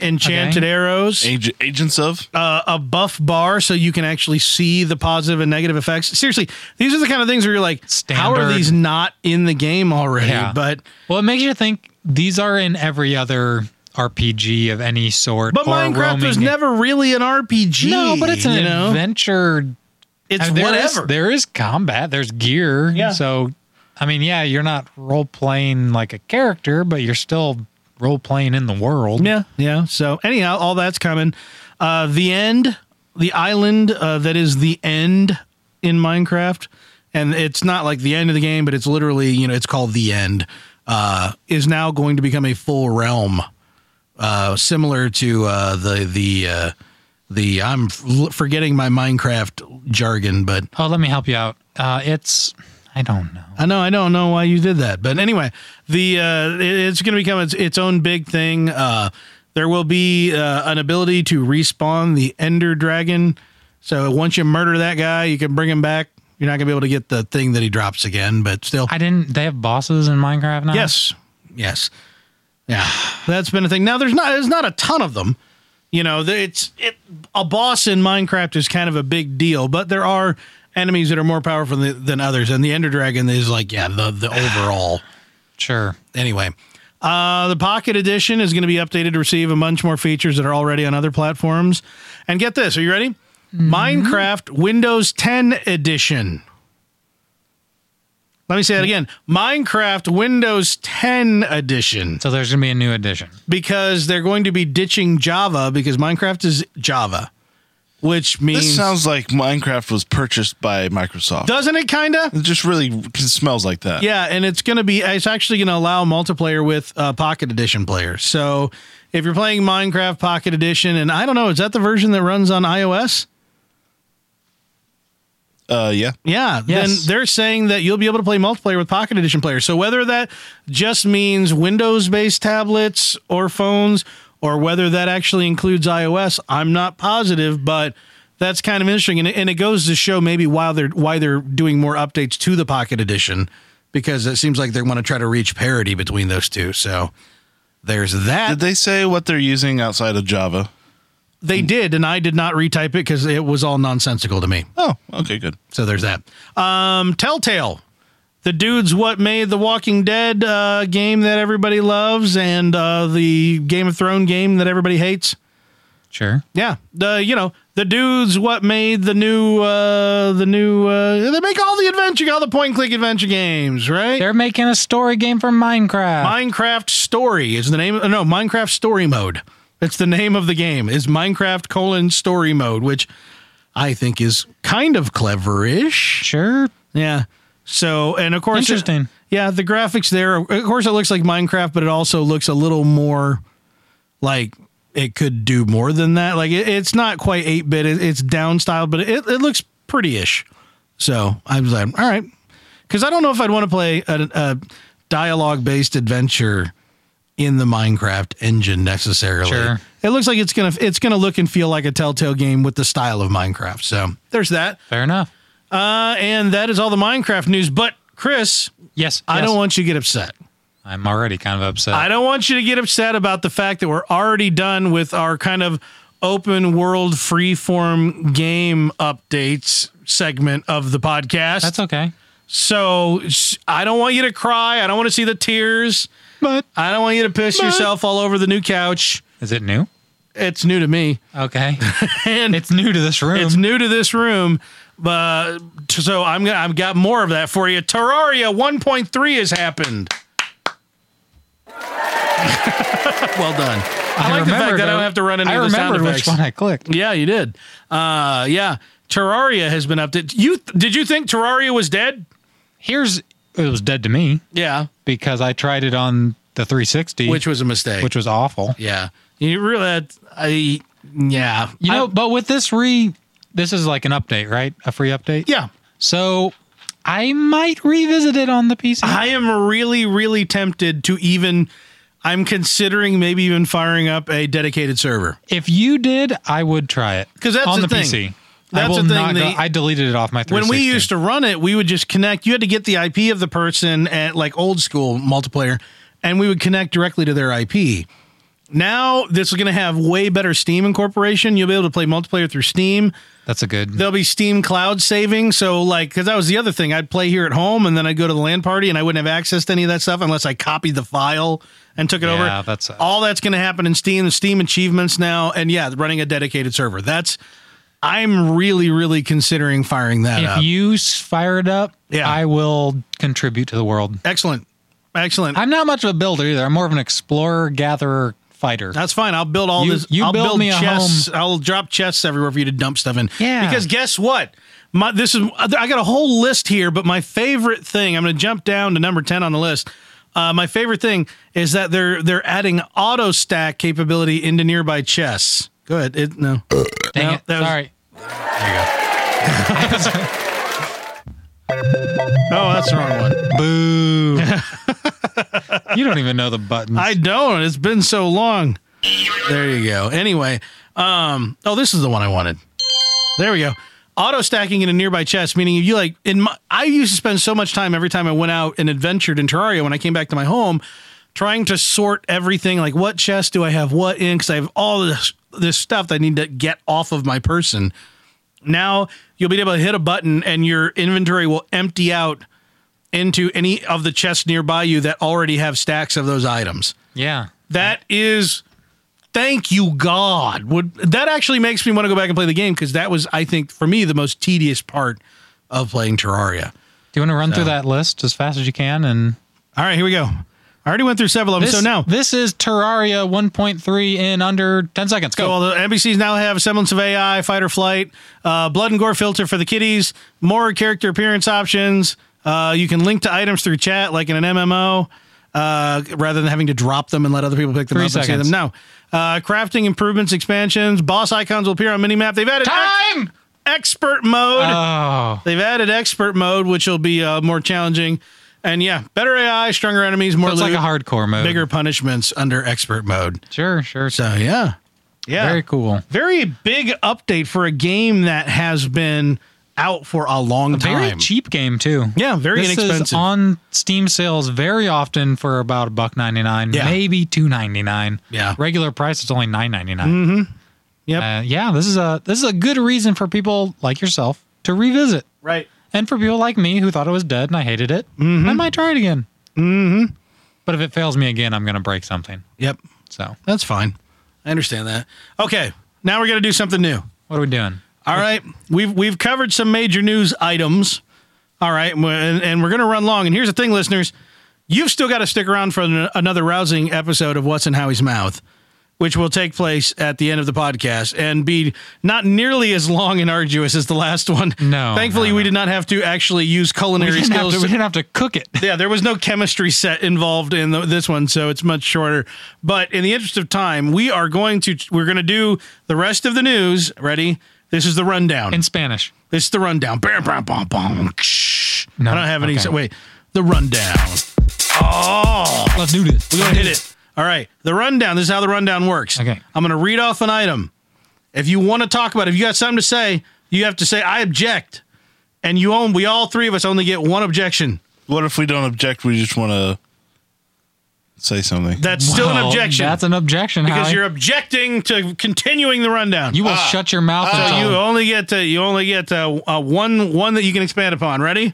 Speaker 1: enchanted
Speaker 2: Okay.
Speaker 1: arrows, a,
Speaker 3: Ag- Agents of?
Speaker 1: uh, a buff bar so you can actually see the positive and negative effects. Seriously, these are the kind of things where you're like, how are
Speaker 2: Standard.
Speaker 1: these not in the game already?
Speaker 2: Yeah.
Speaker 1: But
Speaker 2: Well, it makes you think these are in every other RPG of any sort.
Speaker 1: But
Speaker 2: or
Speaker 1: Minecraft was
Speaker 2: roaming-
Speaker 1: never really an RPG.
Speaker 2: No, but it's an
Speaker 1: you know?
Speaker 2: adventure.
Speaker 1: It's
Speaker 2: I mean, there is-
Speaker 1: whatever.
Speaker 2: there is combat, there's gear.
Speaker 1: Yeah.
Speaker 2: So, I mean, yeah, you're not role playing like a character, but you're still role playing in the world.
Speaker 1: yeah, yeah. So anyhow, all that's coming. Uh, the end, the island uh, that is the end in Minecraft, and it's not like the end of the game, but it's literally you know it's called the end. Uh, is now going to become a full realm, uh, similar to uh, the the uh, the I'm f- forgetting my Minecraft jargon, but
Speaker 2: Oh, let me help you out. Uh, it's, I don't know.
Speaker 1: I know I don't know why you did that, but anyway, the uh, it- it's going to become its, its own big thing. Uh, there will be uh, an ability to respawn the Ender Dragon. So once you murder that guy, you can bring him back. You're not going to be able to get the thing that he drops again, but still,
Speaker 2: I uh, didn't, they have bosses in Minecraft now?
Speaker 1: yes, yes, yeah, that's been a thing. Now there's not there's not a ton of them. You know, the- it's it, a boss in Minecraft is kind of a big deal, but there are enemies that are more powerful than, than others, and the Ender Dragon is like yeah the the overall.
Speaker 2: Sure.
Speaker 1: anyway, uh, the Pocket Edition is going to be updated to receive a bunch more features that are already on other platforms. And get this, are you ready? Minecraft Windows 10 Edition. Let me say it again Minecraft Windows 10 Edition
Speaker 2: So there's going to be a new edition.
Speaker 1: because they're going to be ditching Java because Minecraft is Java, which means.
Speaker 3: This sounds like Minecraft was purchased by Microsoft.
Speaker 1: doesn't it kind of?
Speaker 3: It just really it smells like that.
Speaker 1: Yeah, and it's going to be it's actually going to allow multiplayer with uh, Pocket Edition players. So if you're playing Minecraft Pocket Edition, and I don't know, is that the version that runs on iOS?
Speaker 3: Uh, yeah.
Speaker 1: Yeah,
Speaker 2: Yes.
Speaker 1: then they're saying that you'll be able to play multiplayer with Pocket Edition players. So whether that just means Windows-based tablets or phones, or whether that actually includes iOS, I'm not positive, but that's kind of interesting, and it, and it goes to show maybe why they're why they're doing more updates to the Pocket Edition because it seems like they want to try to reach parity between those two. So there's that.
Speaker 3: Did they say what they're using outside of Java?
Speaker 1: They did, and I did not retype it because it was all nonsensical to me.
Speaker 3: Oh, okay, good.
Speaker 1: So there's that. Um, Telltale, the dudes what made the Walking Dead uh, game that everybody loves and uh, the Game of Thrones game that everybody hates.
Speaker 2: Sure.
Speaker 1: Yeah, the you know the dudes what made the new uh, the new uh, they make all the adventure all the point and click adventure games right.
Speaker 2: They're making a story game for Minecraft.
Speaker 1: Minecraft Story is the name. No, Minecraft Story Mode. It's the name of the game. Is Minecraft colon Story Mode, which I think is kind of cleverish.
Speaker 2: sure.
Speaker 1: Yeah. So, and of course,
Speaker 2: Interesting.
Speaker 1: yeah, the graphics there. Of course, it looks like Minecraft, but it also looks a little more like it could do more than that. Like it, it's not quite eight bit. It, it's down styled, but it, it looks pretty-ish. So I was like, all right, because I don't know if I'd want to play a, a dialogue based adventure in the Minecraft engine necessarily.
Speaker 2: Sure.
Speaker 1: It looks like it's gonna it's gonna look and feel like a Telltale game with the style of Minecraft. So there's that.
Speaker 2: Fair enough.
Speaker 1: Uh, and that is all the Minecraft news. But Chris,
Speaker 2: Yes.
Speaker 1: I
Speaker 2: yes.
Speaker 1: don't want you to get upset.
Speaker 2: I'm already kind of upset.
Speaker 1: I don't want you to get upset about the fact that we're already done with our kind of open world freeform game updates segment of the podcast.
Speaker 2: That's okay.
Speaker 1: so s- I don't want you to cry. I don't want to see the tears.
Speaker 2: But
Speaker 1: I don't want you to piss yourself all over the new couch.
Speaker 2: is it new?
Speaker 1: It's new to me.
Speaker 2: Okay.
Speaker 1: And
Speaker 2: it's new to this room.
Speaker 1: It's new to this room, but so I'm gonna I've got more of that for you. Terraria 1.3 has happened. well done. I, like the fact
Speaker 2: remembered,
Speaker 1: that I
Speaker 2: though.
Speaker 1: don't have to run into
Speaker 2: I
Speaker 1: the sound
Speaker 2: remembered
Speaker 1: effects.
Speaker 2: which one I clicked.
Speaker 1: Yeah, you did. Uh, yeah, Terraria has been updated. You did you think Terraria was dead?
Speaker 2: Here's it was dead to me
Speaker 1: Yeah,
Speaker 2: because I tried it on the 360,
Speaker 1: which was a mistake.
Speaker 2: which was awful.
Speaker 1: yeah, you really that- I yeah
Speaker 2: You know,
Speaker 1: I-
Speaker 2: but with this re, this is like an update, right? A free update.
Speaker 1: yeah.
Speaker 2: So I might revisit it on the PC.
Speaker 1: I am really, really tempted to even. I'm considering maybe even firing up a dedicated server.
Speaker 2: if you did, I would try it
Speaker 1: 'Cause that's
Speaker 2: on
Speaker 1: the
Speaker 2: the,
Speaker 1: thing.
Speaker 2: PC.
Speaker 1: That's
Speaker 2: I will
Speaker 1: the thing,
Speaker 2: not go-
Speaker 1: the-
Speaker 2: I deleted it off my 360.
Speaker 1: When we used to run it, we would just connect. You had to get the IP of the person at like old school multiplayer, and we would connect directly to their IP. Now this is going to have way better Steam incorporation. You'll be able to play multiplayer through Steam.
Speaker 2: that's a good.
Speaker 1: There'll be Steam cloud saving. So like, because that was the other thing, I'd play here at home, and then I'd go to the LAN party, and I wouldn't have access to any of that stuff unless I copied the file and took it over.
Speaker 2: Yeah, that's a-
Speaker 1: all that's going to happen in Steam, the Steam achievements now, and yeah, running a dedicated server. That's I'm really, really considering firing that
Speaker 2: if
Speaker 1: up.
Speaker 2: you s- fire it up,
Speaker 1: Yeah.
Speaker 2: I will contribute to the world.
Speaker 1: Excellent, excellent.
Speaker 2: I'm not much of a builder either. I'm more of an explorer, gatherer, fighter.
Speaker 1: that's fine. I'll build all
Speaker 2: You-
Speaker 1: this.
Speaker 2: you
Speaker 1: I'll
Speaker 2: build me a
Speaker 1: chests. I'll drop chests everywhere for you to dump stuff in.
Speaker 2: Yeah.
Speaker 1: Because guess what? My this is I got a whole list here, but my favorite thing I'm going to jump down to number ten on the list. Uh, my favorite thing is that they're they're adding auto stack capability into nearby chests. Go ahead. It, no. Oh,
Speaker 2: Dang
Speaker 1: No,
Speaker 2: it.
Speaker 1: that was-
Speaker 2: Sorry.
Speaker 1: Oh, that's the wrong one.
Speaker 2: Boo. you don't even know the buttons.
Speaker 1: I don't. It's been so long. There you go. Anyway, um, oh, this is the one I wanted. There we go. Auto stacking in a nearby chest, meaning you like in my. I used to spend so much time every time I went out and adventured in Terraria when I came back to my home, trying to sort everything. Like, what chest do I have what in? Because I have all this this stuff that I need to get off of my person. Now you'll be able to hit a button and your inventory will empty out into any of the chests nearby you that already have stacks of those items.
Speaker 2: yeah.
Speaker 1: That is, thank you God. Would that actually makes me want to go back and play the game because that was, I think, for me, the most tedious part of playing Terraria.
Speaker 2: Do you want to run through that list as fast as you can? And
Speaker 1: All right, here we go. I already went through several of them,
Speaker 2: this,
Speaker 1: so now.
Speaker 2: this is Terraria 1.3 in under 10 seconds. Go.
Speaker 1: So all the NPCs now have semblance of AI, fight or flight, uh, blood and gore filter for the kitties, more character appearance options. Uh, you can link to items through chat, like in an MMO, uh, rather than having to drop them and let other people pick them
Speaker 2: Three
Speaker 1: up and see
Speaker 2: seconds.
Speaker 1: them. Now, uh, crafting improvements, expansions, boss icons will appear on minimap. They've added ex-
Speaker 2: Time.
Speaker 1: expert mode.
Speaker 2: Oh.
Speaker 1: They've added expert mode, which will be uh, more challenging. And yeah, better AI, stronger enemies, more
Speaker 2: It's
Speaker 1: loot,
Speaker 2: like a hardcore mode.
Speaker 1: bigger punishments under expert mode.
Speaker 2: Sure, sure.
Speaker 1: So yeah, yeah,
Speaker 2: Very cool.
Speaker 1: very big update for a game that has been out for a long time.
Speaker 2: Very cheap game too.
Speaker 1: Yeah, very
Speaker 2: This is
Speaker 1: inexpensive.
Speaker 2: on Steam sales very often for about a buck ninety nine,
Speaker 1: Yeah.
Speaker 2: maybe two ninety nine.
Speaker 1: Yeah.
Speaker 2: Regular price is only nine ninety nine. Mm-hmm.
Speaker 1: Yep.
Speaker 2: Uh, yeah, this is a this is a good reason for people like yourself to revisit,
Speaker 1: right.
Speaker 2: and for people like me who thought it was dead and I hated it, I might try it again. Mm-hmm. But if it fails me again, I'm going to break something.
Speaker 1: Yep.
Speaker 2: So
Speaker 1: That's fine. I understand that. Okay. Now we're gonna do something new.
Speaker 2: what are we doing?
Speaker 1: All right. We've we've covered some major news items. All right, and, and we're going to run long. And here's the thing, listeners, you've still got to stick around for an, another rousing episode of What's in Howie's Mouth, which will take place at the end of the podcast and be not nearly as long and arduous as the last one.
Speaker 2: No,
Speaker 1: thankfully
Speaker 2: no,
Speaker 1: we
Speaker 2: no.
Speaker 1: did not have to actually use culinary
Speaker 2: We didn't, have
Speaker 1: skills.
Speaker 2: to,
Speaker 1: to-
Speaker 2: we didn't have to cook it.
Speaker 1: yeah, there was no chemistry set involved in the, this one, so it's much shorter. But in the interest of time, we are going to we're going to do the rest of the news. Ready? This is the rundown.
Speaker 2: in Spanish.
Speaker 1: This is the rundown. Bam, bam, bam, bam. Shh.
Speaker 2: No,
Speaker 1: I don't have any.
Speaker 2: okay.
Speaker 1: Wait, the rundown.
Speaker 2: Let's do this.
Speaker 1: Go ahead, hit it. All right, the rundown. This is how the rundown works.
Speaker 2: Okay.
Speaker 1: I'm going to read off an item. If you want to talk about, it, if you got something to say, you have to say I object, and you own. We all three of us only get one objection.
Speaker 3: What if we don't object? We just want to say something.
Speaker 1: That's still an
Speaker 2: Well,
Speaker 1: objection
Speaker 2: That's an objection
Speaker 1: because
Speaker 2: Howie.
Speaker 1: you're objecting to continuing the rundown.
Speaker 2: You will shut your mouth.
Speaker 1: Ah. so
Speaker 2: until,
Speaker 1: you only get to, you only get to, uh, one one that you can expand upon. Ready?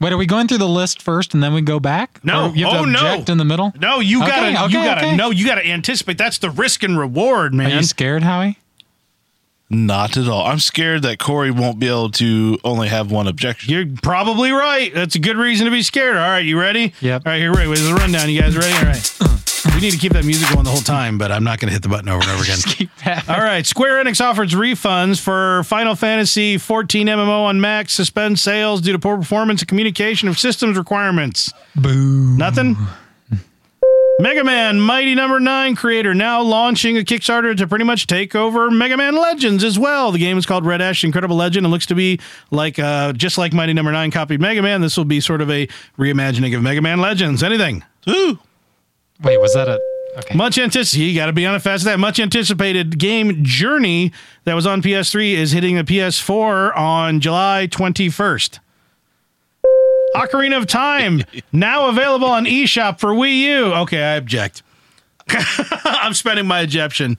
Speaker 2: wait, are we going through the list first and then we go back?
Speaker 1: No.
Speaker 2: Or you have to
Speaker 1: Oh, no.
Speaker 2: object in the middle.
Speaker 1: No, you
Speaker 2: Okay,
Speaker 1: gotta, you
Speaker 2: okay,
Speaker 1: gotta,
Speaker 2: okay.
Speaker 1: no, you gotta anticipate. That's the risk and reward,
Speaker 2: Are
Speaker 1: man.
Speaker 2: you scared, Howie?
Speaker 3: Not at all. I'm scared that Corey won't be able to only have one objection.
Speaker 1: You're probably right. That's a good reason to be scared. All right, you ready?
Speaker 2: Yep.
Speaker 1: All right, here, ready. This is a rundown. You guys ready? All right. we need to keep that music going the whole time, but I'm not gonna hit the button over and over again.
Speaker 2: Keep that.
Speaker 1: All right, Square Enix offers refunds for Final Fantasy 14 MMO on Mac, suspends sales due to poor performance and communication of systems requirements.
Speaker 2: Boo.
Speaker 1: Nothing. Mega Man Mighty Number Nine creator now launching a Kickstarter to pretty much take over Mega Man Legends as well. The game is called Red Ash Incredible Legend and looks to be like uh, just like Mighty Number Nine copied Mega Man. This will be sort of a reimagining of Mega Man Legends. Anything? Ooh.
Speaker 2: Wait, was that a? Okay.
Speaker 1: Much anticipated, you got to be on it fast as that. Much anticipated game Journey that was on PS3 is hitting the PS4 on July 21st. Ocarina of Time now available on eShop for Wii U. Okay, I object. I'm spending my objection.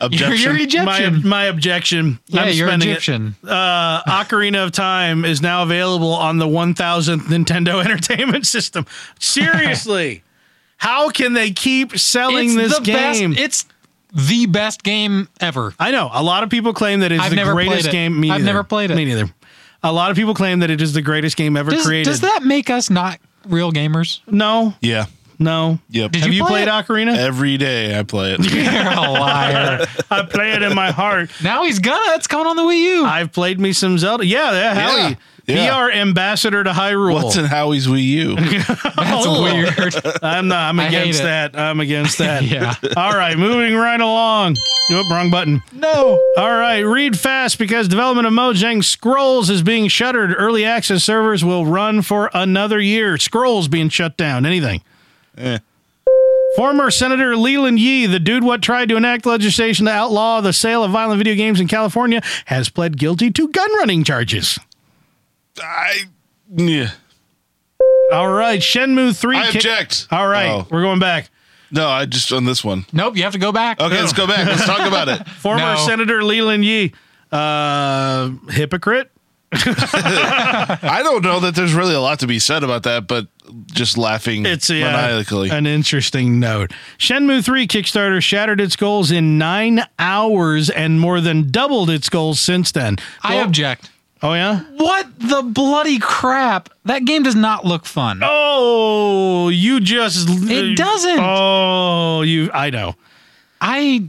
Speaker 2: You're,
Speaker 3: Objection.
Speaker 2: you're
Speaker 1: My,
Speaker 2: Egyptian.
Speaker 1: my objection.
Speaker 2: yeah,
Speaker 1: I'm
Speaker 2: you're
Speaker 1: spending it.
Speaker 2: Egyptian.
Speaker 1: Uh, Ocarina of Time is now available on the 1000th Nintendo Entertainment System. Seriously, how can they keep selling this
Speaker 2: the
Speaker 1: game?
Speaker 2: Best, it's the best game ever.
Speaker 1: I know. A lot of people claim that it's
Speaker 2: I've
Speaker 1: the
Speaker 2: never played
Speaker 1: greatest
Speaker 2: it.
Speaker 1: game. Me
Speaker 2: I've
Speaker 1: neither.
Speaker 2: never played it.
Speaker 1: Me neither. A lot of people claim that it is the greatest game ever
Speaker 2: Does,
Speaker 1: created.
Speaker 2: does that make us not real gamers?
Speaker 1: No,
Speaker 3: yeah.
Speaker 1: no.
Speaker 3: Yep.
Speaker 2: Did
Speaker 1: Have you,
Speaker 2: you play
Speaker 1: played Ocarina?
Speaker 3: Every day I play it.
Speaker 2: You're a liar.
Speaker 1: I play it in my heart.
Speaker 2: now he's gonna. It's coming on the Wii U.
Speaker 1: I've played me some Zelda. Yeah, yeah, Howie.
Speaker 3: Yeah, yeah.
Speaker 1: PR ambassador to Hyrule.
Speaker 3: What's in Howie's Wii U?
Speaker 2: That's
Speaker 1: Oh.
Speaker 2: weird.
Speaker 1: I'm not. I'm
Speaker 2: I hate
Speaker 1: against
Speaker 2: it.
Speaker 1: that. I'm against that.
Speaker 2: Yeah.
Speaker 1: All right, moving right along. Nope, wrong button.
Speaker 2: no.
Speaker 1: All right, read fast because development of Mojang Scrolls is being shuttered. Early access servers will run for another year. Scrolls being shut down. Anything.
Speaker 3: Eh.
Speaker 1: Former Senator Leland Yee, the dude what tried to enact legislation to outlaw the sale of violent video games in California, has pled guilty to gun running charges.
Speaker 3: I. Yeah.
Speaker 1: All right, Shenmue 3.
Speaker 3: I
Speaker 1: ki-
Speaker 3: object.
Speaker 1: All right,
Speaker 3: Oh.
Speaker 1: we're going back.
Speaker 3: No, I just on this one.
Speaker 2: Nope. You have to go back.
Speaker 3: Okay, let's go back. Let's talk about it.
Speaker 1: Former
Speaker 2: No.
Speaker 1: Senator Leland Yee, uh, hypocrite.
Speaker 3: I don't know that there's really a lot to be said about that, but just laughing
Speaker 1: It's yeah,
Speaker 3: maniacally.
Speaker 1: an interesting note. Shenmue 3 Kickstarter shattered its goals in nine hours and more than doubled its goals since then.
Speaker 2: I
Speaker 1: Well-
Speaker 2: object.
Speaker 1: Oh, yeah?
Speaker 2: What the bloody crap? That game does not look fun.
Speaker 1: Oh, you just.
Speaker 2: It doesn't.
Speaker 1: Oh, you. I know.
Speaker 2: I,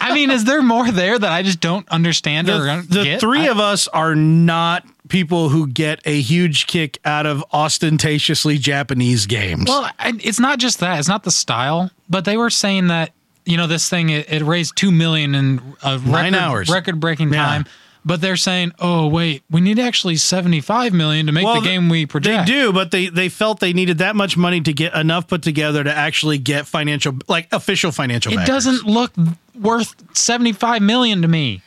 Speaker 2: I mean, is there more there that I just don't understand or
Speaker 1: The,
Speaker 2: don't
Speaker 1: the
Speaker 2: get?
Speaker 1: three
Speaker 2: I-
Speaker 1: of us are not people who get a huge kick out of ostentatiously Japanese games.
Speaker 2: Well, I, it's not just that. It's not the style, but they were saying that you know this thing it, it raised two million in a
Speaker 1: Nine
Speaker 2: record,
Speaker 1: hours.
Speaker 2: record-breaking
Speaker 1: Yeah.
Speaker 2: time. But they're saying, oh wait, we need actually seventy-five million to make
Speaker 1: Well,
Speaker 2: the game we project.
Speaker 1: They do, but they they felt they needed that much money to get enough put together to actually get financial, like official financial.
Speaker 2: It
Speaker 1: backers.
Speaker 2: doesn't look worth seventy-five million to me.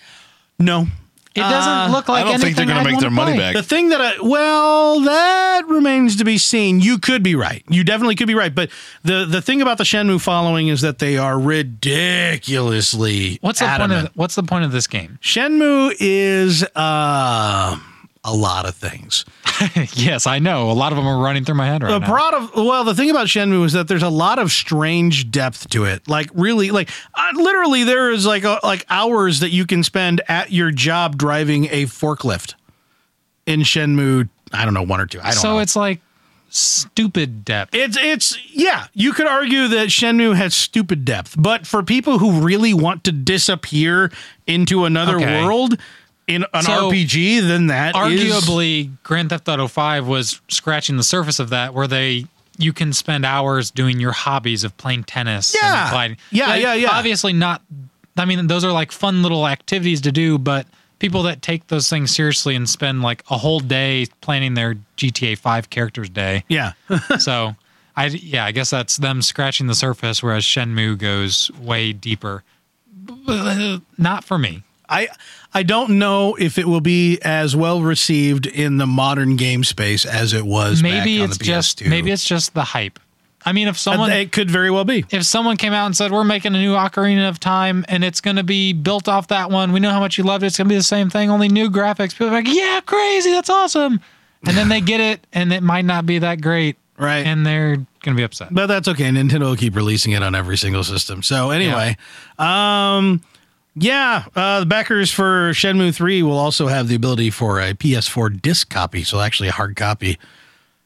Speaker 1: No,
Speaker 2: It
Speaker 1: Uh,
Speaker 2: doesn't look
Speaker 3: I
Speaker 2: like
Speaker 3: don't think they're
Speaker 2: anything
Speaker 3: going
Speaker 2: I'd
Speaker 3: to make
Speaker 2: wanna
Speaker 3: their money
Speaker 2: play.
Speaker 3: back.
Speaker 1: The thing that I well, that remains to be seen. You could be right. You definitely could be right. But the the thing about the Shenmue following is that they are ridiculously
Speaker 2: What's the point
Speaker 1: adamant.
Speaker 2: of What's the point of this game?
Speaker 1: Shenmue is uh, a lot of things.
Speaker 2: yes, I know. A lot of them are running through my head right
Speaker 1: The
Speaker 2: now.
Speaker 1: broad of well, the thing about Shenmue is that there's a lot of strange depth to it. Like really, like uh, literally, there is like a, like hours that you can spend at your job driving a forklift in Shenmue. I don't know one or two. I don't.
Speaker 2: so
Speaker 1: know.
Speaker 2: it's like stupid depth.
Speaker 1: It's it's yeah, you could argue that Shenmue has stupid depth, but for people who really want to disappear into another
Speaker 2: Okay.
Speaker 1: world in an
Speaker 2: So,
Speaker 1: RPG, then that is-
Speaker 2: Arguably, Grand Theft Auto Five was scratching the surface of that, where they you can spend hours doing your hobbies of playing tennis. and
Speaker 1: Yeah.
Speaker 2: gliding.
Speaker 1: Yeah,
Speaker 2: Like,
Speaker 1: yeah, yeah.
Speaker 2: Obviously, not. I mean, those are like fun little activities to do, but people that take those things seriously and spend like a whole day planning their GTA Five character's day.
Speaker 1: yeah.
Speaker 2: so I yeah, I guess that's them scratching the surface, whereas Shenmue goes way deeper. Not for me.
Speaker 1: I I don't know if it will be as well received in the modern game space as it was. back
Speaker 2: Maybe
Speaker 1: on
Speaker 2: it's
Speaker 1: the
Speaker 2: just
Speaker 1: PS2.
Speaker 2: maybe it's just the hype. I mean, if someone
Speaker 1: it could very well be.
Speaker 2: if someone came out and said we're making a new Ocarina of Time and it's going to be built off that one, we know how much you loved it. It's going to be the same thing, only new graphics. People are like, yeah, crazy, that's awesome. And then they get it, and it might not be that great,
Speaker 1: Right.
Speaker 2: And they're going to be upset.
Speaker 1: But that's okay. Nintendo will keep releasing it on every single system. So anyway, um, yeah, uh, the backers for Shenmue Three will also have the ability for a PS4 disc copy, so actually a hard copy.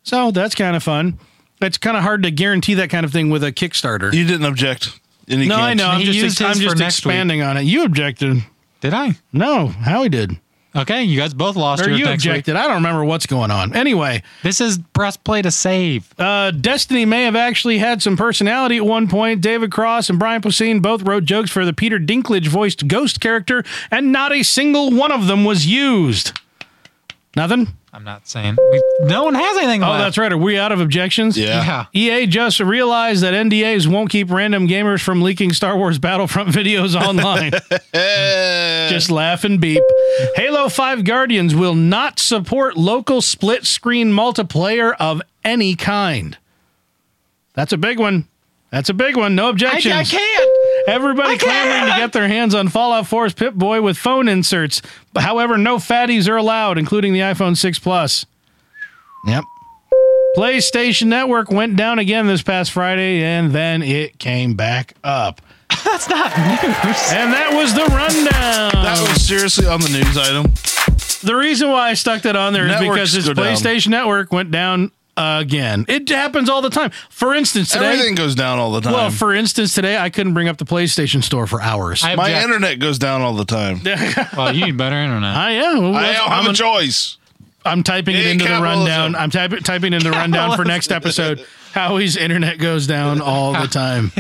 Speaker 1: So that's kind of fun. It's kind of hard to guarantee that kind of thing with a Kickstarter.
Speaker 3: You didn't object. And you
Speaker 1: no, I
Speaker 3: can't.
Speaker 1: know. I'm
Speaker 2: He
Speaker 1: just,
Speaker 2: used
Speaker 1: I'm
Speaker 2: his for
Speaker 1: just
Speaker 2: next week.
Speaker 1: expanding on it. You objected.
Speaker 2: Did I?
Speaker 1: No, Howie did.
Speaker 2: Okay, you guys both lost.
Speaker 1: Or
Speaker 2: yours
Speaker 1: you
Speaker 2: next week.
Speaker 1: objected. I don't remember what's going on. Anyway,
Speaker 2: This is press play to save.
Speaker 1: Uh, Destiny may have actually had some personality at one point. David Cross and Brian Posehn both wrote jokes for the Peter Dinklage voiced ghost character, and not a single one of them was used. Nothing?
Speaker 2: I'm not saying we, no one has anything.
Speaker 1: Oh, that's right. Are we out of objections?
Speaker 3: Yeah.
Speaker 2: Yeah.
Speaker 1: EA just realized that NDAs won't keep random gamers from leaking Star Wars Battlefront videos online.
Speaker 3: Eh.
Speaker 1: just laugh and beep. Halo 5 Guardians will not support local split screen multiplayer of any kind. That's a big one. That's a big one. No objections.
Speaker 2: can't.
Speaker 1: Everybody clamoring to get their hands on Fallout 4's Pip Boy with phone inserts. However, no fatties are allowed, including the iPhone 6 Plus. Yep. PlayStation Network went down again this past Friday, and then it came back up.
Speaker 2: That's not news.
Speaker 1: And that was the rundown.
Speaker 3: That was seriously on the news item.
Speaker 1: The reason why I stuck that on there is
Speaker 3: Networks
Speaker 1: because its
Speaker 3: go down.
Speaker 1: PlayStation Network went down again. It happens all the time. For instance, today.
Speaker 3: Everything goes down all the time.
Speaker 1: well, for instance, today I couldn't bring up the PlayStation Store for hours.
Speaker 2: I
Speaker 1: I,
Speaker 3: My
Speaker 2: object.
Speaker 3: internet goes down all the time.
Speaker 2: well, you need better internet.
Speaker 1: am. Well,
Speaker 3: I don't have
Speaker 1: I'm,
Speaker 3: a choice.
Speaker 1: I'm typing it
Speaker 3: Hey,
Speaker 1: into the
Speaker 3: capitalism.
Speaker 1: rundown. I'm typing typing in the rundown for next episode. Howie's internet goes down all the time.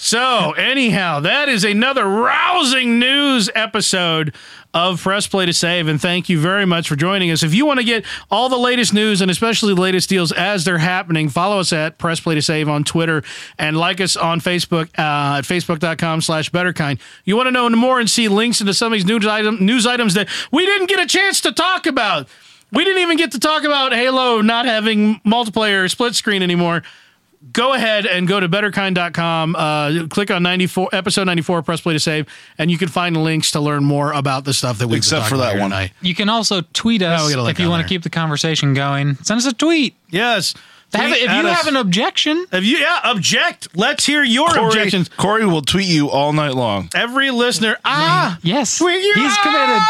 Speaker 1: So, anyhow, that is another rousing news episode of Press Play to Save. And thank you very much for joining us. If you want to get all the latest news and especially the latest deals as they're happening, follow us at Press Play to Save on Twitter and like us on Facebook uh, at facebook.com slash betterkind. You want to know more and see links into some of these news, item, news items that we didn't get a chance to talk about. We didn't even get to talk about Halo not having multiplayer split screen anymore go ahead and go to betterkind.com uh, click on 94 episode 94 press play to save and you can find links to learn more about the stuff that we've been
Speaker 3: Except
Speaker 1: talking
Speaker 3: for
Speaker 1: about
Speaker 3: that
Speaker 1: here
Speaker 3: one.
Speaker 1: tonight.
Speaker 2: You can also tweet
Speaker 1: Oh,
Speaker 2: us
Speaker 1: we gotta link
Speaker 2: if you
Speaker 1: on
Speaker 2: want
Speaker 1: there.
Speaker 2: to keep the conversation going. Send us a tweet.
Speaker 1: yes
Speaker 2: Have-
Speaker 1: Tweet
Speaker 2: if
Speaker 1: at
Speaker 2: you
Speaker 1: us.
Speaker 2: have an objection,
Speaker 1: if you yeah object let's hear your
Speaker 3: Corey,
Speaker 1: objections
Speaker 3: Corey will tweet you all night long.
Speaker 1: every listener ah
Speaker 2: yes,
Speaker 1: tweet you
Speaker 2: he's
Speaker 1: all
Speaker 2: committed.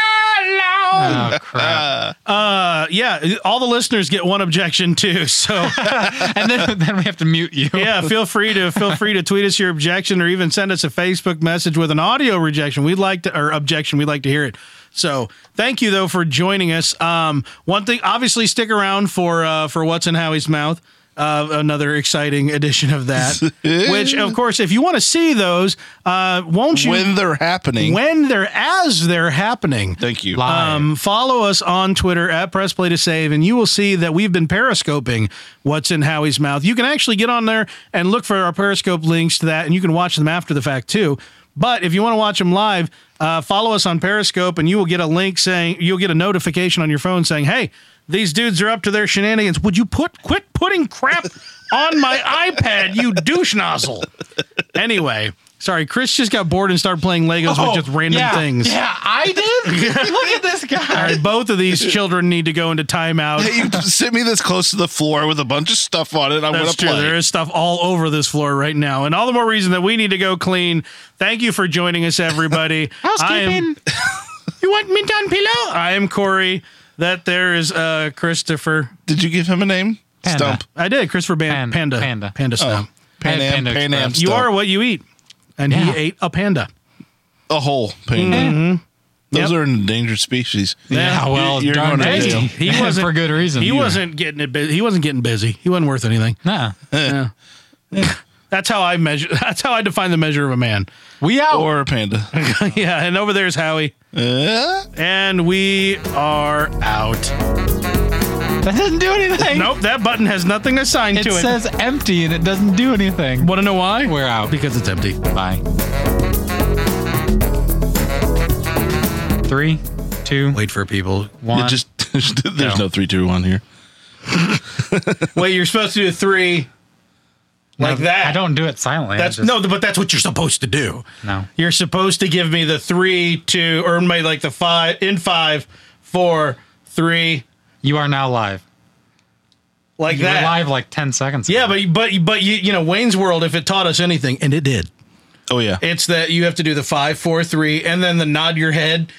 Speaker 1: night long.
Speaker 2: Oh crap!
Speaker 1: Uh, yeah, all the listeners get one objection too. So
Speaker 2: and then, then we have to mute you.
Speaker 1: yeah, feel free to feel free to tweet us your objection or even send us a Facebook message with an audio rejection. We'd like to or objection. We'd like to hear it. So thank you though for joining us. Um, one thing, obviously, stick around for uh, for what's in Howie's mouth. Uh, another exciting edition of that. which, of course, if you want to see those, uh, won't you?
Speaker 3: When they're happening.
Speaker 1: when they're as they're happening.
Speaker 3: Thank you.
Speaker 2: Live.
Speaker 1: Um, follow us on Twitter at Press Play to Save, and you will see that we've been periscoping what's in Howie's mouth. You can actually get on there and look for our periscope links to that, and you can watch them after the fact too. But if you want to watch them live, uh, follow us on Periscope, and you will get a link saying you'll get a notification on your phone saying, "Hey, these dudes are up to their shenanigans. Would you put quit putting crap on my iPad, you douche nozzle?" Anyway, sorry, Chris just got bored and started playing Legos
Speaker 2: Oh,
Speaker 1: with just random
Speaker 2: yeah,
Speaker 1: things.
Speaker 2: Yeah, I did. Look at this
Speaker 1: All
Speaker 2: guy.
Speaker 1: right, both of these children need to go into timeout.
Speaker 3: Hey, you sit me this close to the floor with a bunch of stuff on it. I want
Speaker 1: That's
Speaker 3: to
Speaker 1: true. There
Speaker 3: play.
Speaker 1: is stuff all over this floor right now, and all the more reason that we need to go clean. Thank you for joining us, everybody. I am-
Speaker 2: Housekeeping.
Speaker 1: you want mint on pillow? I am Corey. That there is uh, Christopher.
Speaker 3: Did you give him a name?
Speaker 2: Panda.
Speaker 3: Stump.
Speaker 1: I did Christopher Ban-
Speaker 2: Pan-
Speaker 1: Panda.
Speaker 2: Panda.
Speaker 1: Panda
Speaker 3: Oh,
Speaker 1: Stump.
Speaker 3: Pan
Speaker 2: I had
Speaker 3: Am.
Speaker 2: Panda
Speaker 3: Pan Am.
Speaker 2: Express.
Speaker 1: you
Speaker 3: Stump.
Speaker 1: are what you eat, and
Speaker 2: Yeah.
Speaker 1: he ate a panda.
Speaker 3: a whole panda. Those
Speaker 1: Mm-hmm. Yep.
Speaker 3: are an endangered species.
Speaker 2: Yeah,
Speaker 1: Yeah,
Speaker 2: well,
Speaker 3: you're
Speaker 2: darn
Speaker 3: going to
Speaker 2: right.
Speaker 3: jail.
Speaker 2: He wasn't for good reason.
Speaker 1: He
Speaker 2: either.
Speaker 1: wasn't getting it. Bu- he wasn't getting busy. He wasn't worth anything.
Speaker 2: Nah.
Speaker 1: That's how I measure. That's how I define the measure of a man.
Speaker 2: We out.
Speaker 3: Or a panda.
Speaker 1: yeah, and over there's Howie,
Speaker 3: Uh,
Speaker 1: and we are out.
Speaker 2: That doesn't do anything.
Speaker 1: Nope, that button has nothing assigned
Speaker 2: It
Speaker 1: to it.
Speaker 2: says empty and it doesn't do anything.
Speaker 1: Want to know why?
Speaker 2: We're out.
Speaker 1: Because it's empty.
Speaker 2: Bye. Three, two,
Speaker 1: Wait for people.
Speaker 2: one.
Speaker 3: it just there's no three, two, one here.
Speaker 1: Wait, you're supposed to do three like
Speaker 2: No,
Speaker 1: that.
Speaker 2: I don't do it silently. I
Speaker 1: That's
Speaker 2: just-
Speaker 1: no, but that's what you're supposed to do.
Speaker 2: No.
Speaker 1: You're supposed to give me the three, two, or maybe like the five in five, four, three,
Speaker 2: You are now live.
Speaker 1: like
Speaker 2: You
Speaker 1: that.
Speaker 2: were live like 10 seconds
Speaker 1: Yeah,
Speaker 2: ago.
Speaker 1: but but but you you know Wayne's World, if it taught us anything, and it did,
Speaker 3: Oh yeah.
Speaker 1: it's that you have to do the five, four, three, and then the nod your head.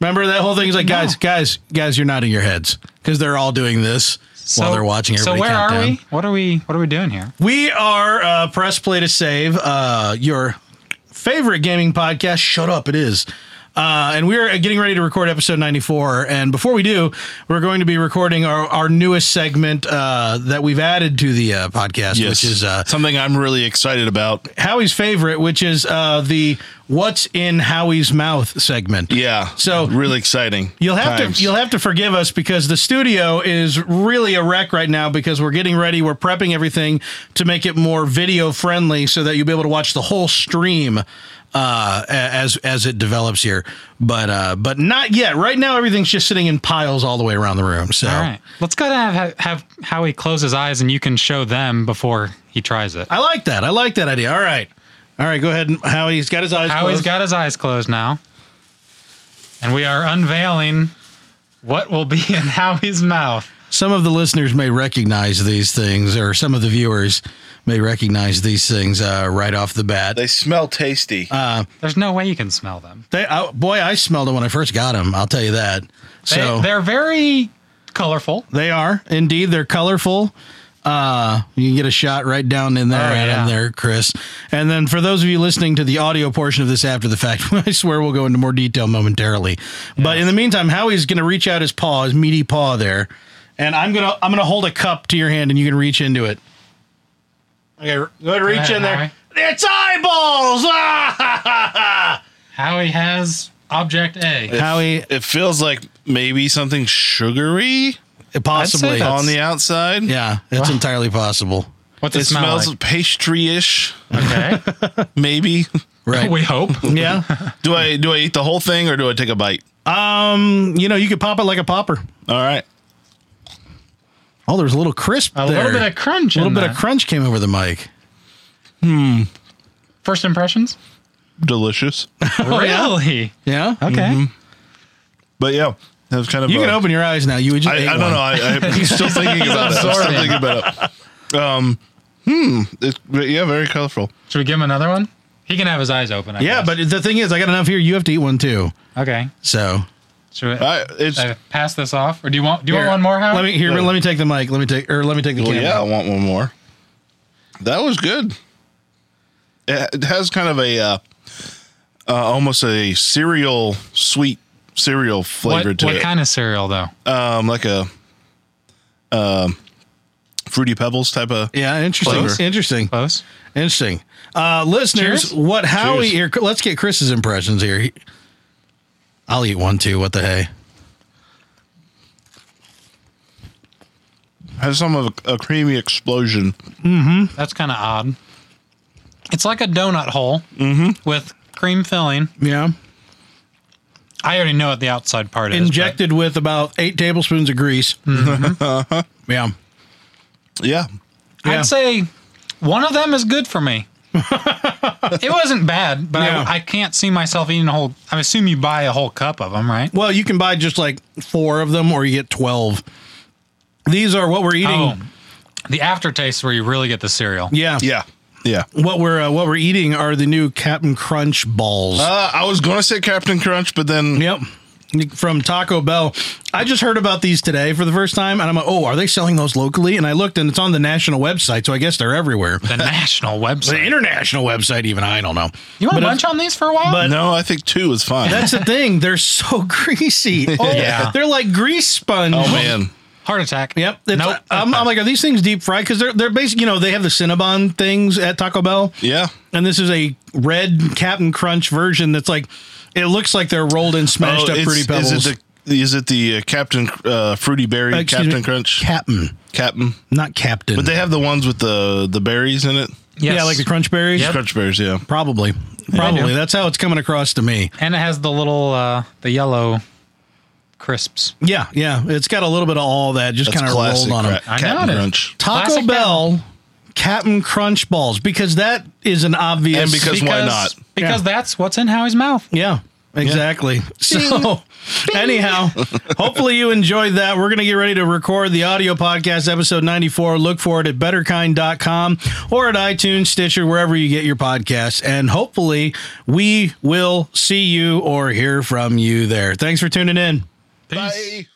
Speaker 1: Remember that whole thing? He's like, guys, guys, guys, you're nodding your heads because they're all doing this while they're watching.
Speaker 2: So
Speaker 1: Everybody
Speaker 2: where
Speaker 1: count
Speaker 2: are
Speaker 1: down.
Speaker 2: we? What are we? What are we doing here?
Speaker 1: We are uh, press play to save uh, your favorite gaming podcast. Shut up, it is. Uh, and we're getting ready to record episode 94. And before we do, we're going to be recording our, our newest segment uh, that we've added to the uh, podcast,
Speaker 3: Yes.
Speaker 1: which is uh,
Speaker 3: something I'm really excited about.
Speaker 1: Howie's favorite, which is uh, the "What's in Howie's Mouth" segment.
Speaker 3: Yeah.
Speaker 1: So-
Speaker 3: really exciting.
Speaker 1: You'll have
Speaker 3: times.
Speaker 1: to you'll have to forgive us because the studio is really a wreck right now because we're getting ready, we're prepping everything to make it more video friendly so that you'll be able to watch the whole stream uh, a- as as it develops here. But uh, but not yet. Right now, everything's just sitting in piles all the way around the room. So
Speaker 2: All right. Let's go to have, have Howie close his eyes and you can show them before he tries it.
Speaker 1: I like that. I like that idea. All right, all right. Go ahead, and Howie's got his eyes.
Speaker 2: Howie's
Speaker 1: closed.
Speaker 2: got his eyes closed now. And we are unveiling what will be in Howie's mouth.
Speaker 1: some of the listeners may recognize these things, or some of the viewers may recognize these things uh, right off the bat.
Speaker 3: They smell tasty.
Speaker 1: Uh,
Speaker 2: There's no way you can smell them.
Speaker 1: They, oh, boy, I smelled it when I first got them. I'll tell you that.
Speaker 2: They,
Speaker 1: So they,
Speaker 2: they're very colorful.
Speaker 1: are indeed. They're colorful. Uh, you can get a shot right down in there
Speaker 2: Oh,
Speaker 1: at 'em
Speaker 2: yeah.
Speaker 1: there, Chris. And then for those of you listening to the audio portion of this after the fact, I swear we'll go into more detail momentarily. But in the meantime, Howie's going to reach out his paw, his meaty paw there, and I'm gonna I'm gonna hold a cup to your hand, and you can reach into it. Okay, r- go ahead, reach
Speaker 2: ahead,
Speaker 1: in there.
Speaker 2: Howie.
Speaker 1: It's eyeballs. Ah!
Speaker 2: Howie has object A.
Speaker 1: Howie,
Speaker 3: it feels like maybe something sugary
Speaker 1: possibly
Speaker 2: that's-
Speaker 3: on the outside.
Speaker 1: Yeah, it's entirely possible.
Speaker 2: What's it,
Speaker 3: It
Speaker 2: smell
Speaker 3: smells pastry-ish,
Speaker 2: like? Okay.
Speaker 3: maybe.
Speaker 1: Right.
Speaker 2: We hope.
Speaker 1: yeah.
Speaker 3: Do I do I eat the whole thing or do I take a bite?
Speaker 1: Um, you know, you could pop it like a popper.
Speaker 3: All right.
Speaker 1: Oh, there's a little crisp
Speaker 2: A
Speaker 1: there.
Speaker 2: little bit of crunch.
Speaker 1: a little
Speaker 2: in
Speaker 1: bit of
Speaker 2: that.
Speaker 1: crunch came over the mic.
Speaker 2: First impressions?
Speaker 3: Delicious.
Speaker 1: Oh,
Speaker 2: really?
Speaker 1: Yeah.
Speaker 2: Okay.
Speaker 1: Mm-hmm.
Speaker 3: But yeah, that was kind of
Speaker 1: You
Speaker 3: a-
Speaker 1: can open your eyes now. You would just
Speaker 3: I,
Speaker 1: ate
Speaker 3: I
Speaker 1: one.
Speaker 3: don't know. I, I'm still thinking about it. I'm still
Speaker 2: absorbing.
Speaker 3: thinking about it. Um, hmm. It's, yeah, very colorful.
Speaker 2: Should we give him another one? He can have his eyes open. I
Speaker 1: Yeah,
Speaker 2: guess.
Speaker 1: but the thing is, I got enough here. You have to eat one too.
Speaker 2: okay.
Speaker 1: So
Speaker 2: Should we
Speaker 3: I, it's
Speaker 2: uh, pass this off, or do you want? Do you
Speaker 1: Here,
Speaker 2: want one more? Howard?
Speaker 1: Let me here. Let me take the mic. Let me take or let me take the
Speaker 3: well,
Speaker 1: camera.
Speaker 3: yeah. I want one more. That was good. It it has kind of a uh, uh, almost a cereal sweet cereal flavor
Speaker 2: What,
Speaker 3: to
Speaker 2: what
Speaker 3: it.
Speaker 2: kind of cereal though?
Speaker 1: Uh,
Speaker 3: um, like a um, fruity pebbles type of.
Speaker 1: Yeah, interesting.
Speaker 3: Close.
Speaker 1: Interesting.
Speaker 2: Close.
Speaker 1: Interesting. Uh, listeners,
Speaker 2: Cheers.
Speaker 1: what Howie
Speaker 3: Cheers.
Speaker 1: here? Let's get Chris's impressions here. He- I'll eat one too. What the hey?
Speaker 3: Has some of a, a creamy explosion.
Speaker 1: Mm-hmm.
Speaker 2: That's kind of odd. It's like a donut hole with cream filling.
Speaker 1: Yeah.
Speaker 2: I already know what the outside part is. but-
Speaker 1: Injected with about eight tablespoons of grease. yeah.
Speaker 3: Yeah.
Speaker 1: yeah.
Speaker 2: I'd say one of them is good for me. it wasn't bad, but
Speaker 1: Yeah.
Speaker 2: I, I can't see myself eating a whole. I assume you buy a whole cup of them, right?
Speaker 1: Well, you can buy just like four of them or you get 12. These are what we're eating.
Speaker 2: Oh, the aftertaste is where you really get the cereal.
Speaker 1: Yeah.
Speaker 3: Yeah. Yeah.
Speaker 1: What we're uh, what we're eating are the new Captain Crunch balls.
Speaker 3: Uh, I was going to say Captain Crunch, but then
Speaker 1: Yep. From Taco Bell. I just heard about these today for the first time, and I'm like, oh, are they selling those locally? And I looked, and it's on the national website, so I guess they're everywhere.
Speaker 2: The national
Speaker 1: The
Speaker 2: website.
Speaker 1: international website, even I don't know.
Speaker 2: You want
Speaker 1: But
Speaker 2: to
Speaker 1: it's-
Speaker 2: munch on these for a while?
Speaker 1: but-
Speaker 3: no, I think two is fine.
Speaker 1: That's the thing; they're so greasy. Oh,
Speaker 2: Yeah.
Speaker 1: they're like grease sponge.
Speaker 3: oh man,
Speaker 2: Heart attack.
Speaker 1: Yep. It's,
Speaker 2: Nope.
Speaker 1: I'm, I'm like, are these things deep fried? Because they're they're basically, you know, they have the Cinnabon things at Taco Bell,
Speaker 3: yeah.
Speaker 1: and this is a red Captain Crunch version that's like, it looks like they're rolled in smashed
Speaker 3: Oh,
Speaker 1: up
Speaker 3: it's-
Speaker 1: fruity pebbles.
Speaker 3: Is it the is it the uh, Captain uh, Fruity Berry
Speaker 1: Uh, excuse
Speaker 3: Captain
Speaker 1: me,
Speaker 3: Crunch
Speaker 1: Captain,
Speaker 3: Captain?
Speaker 1: not Captain.
Speaker 3: But they have the ones with the the berries in it.
Speaker 2: Yes.
Speaker 1: Yeah, like the crunch berries.
Speaker 2: Yep.
Speaker 3: Crunch berries, yeah.
Speaker 1: Probably. Probably.
Speaker 2: do.
Speaker 1: That's how it's coming across to me.
Speaker 2: and it has the little, uh, the yellow crisps.
Speaker 1: Yeah, yeah. It's got a little bit of all that just
Speaker 3: That's
Speaker 1: kind of
Speaker 3: classic
Speaker 1: rolled on them.
Speaker 3: cra-
Speaker 2: I
Speaker 3: Captain
Speaker 2: got it.
Speaker 3: Crunch.
Speaker 1: Taco
Speaker 2: Classic
Speaker 1: Bell Captain Crunch balls because that is an obvious
Speaker 3: And because- why not?
Speaker 2: Because
Speaker 1: Yeah.
Speaker 2: that's what's in Howie's mouth.
Speaker 1: Yeah. Exactly. So, anyhow, hopefully you enjoyed that. We're going to get ready to record the audio podcast, episode 94. Look for it at betterkind.com or at iTunes, Stitcher, wherever you get your podcasts. And hopefully we will see you or hear from you there. Thanks for tuning in.
Speaker 3: Bye.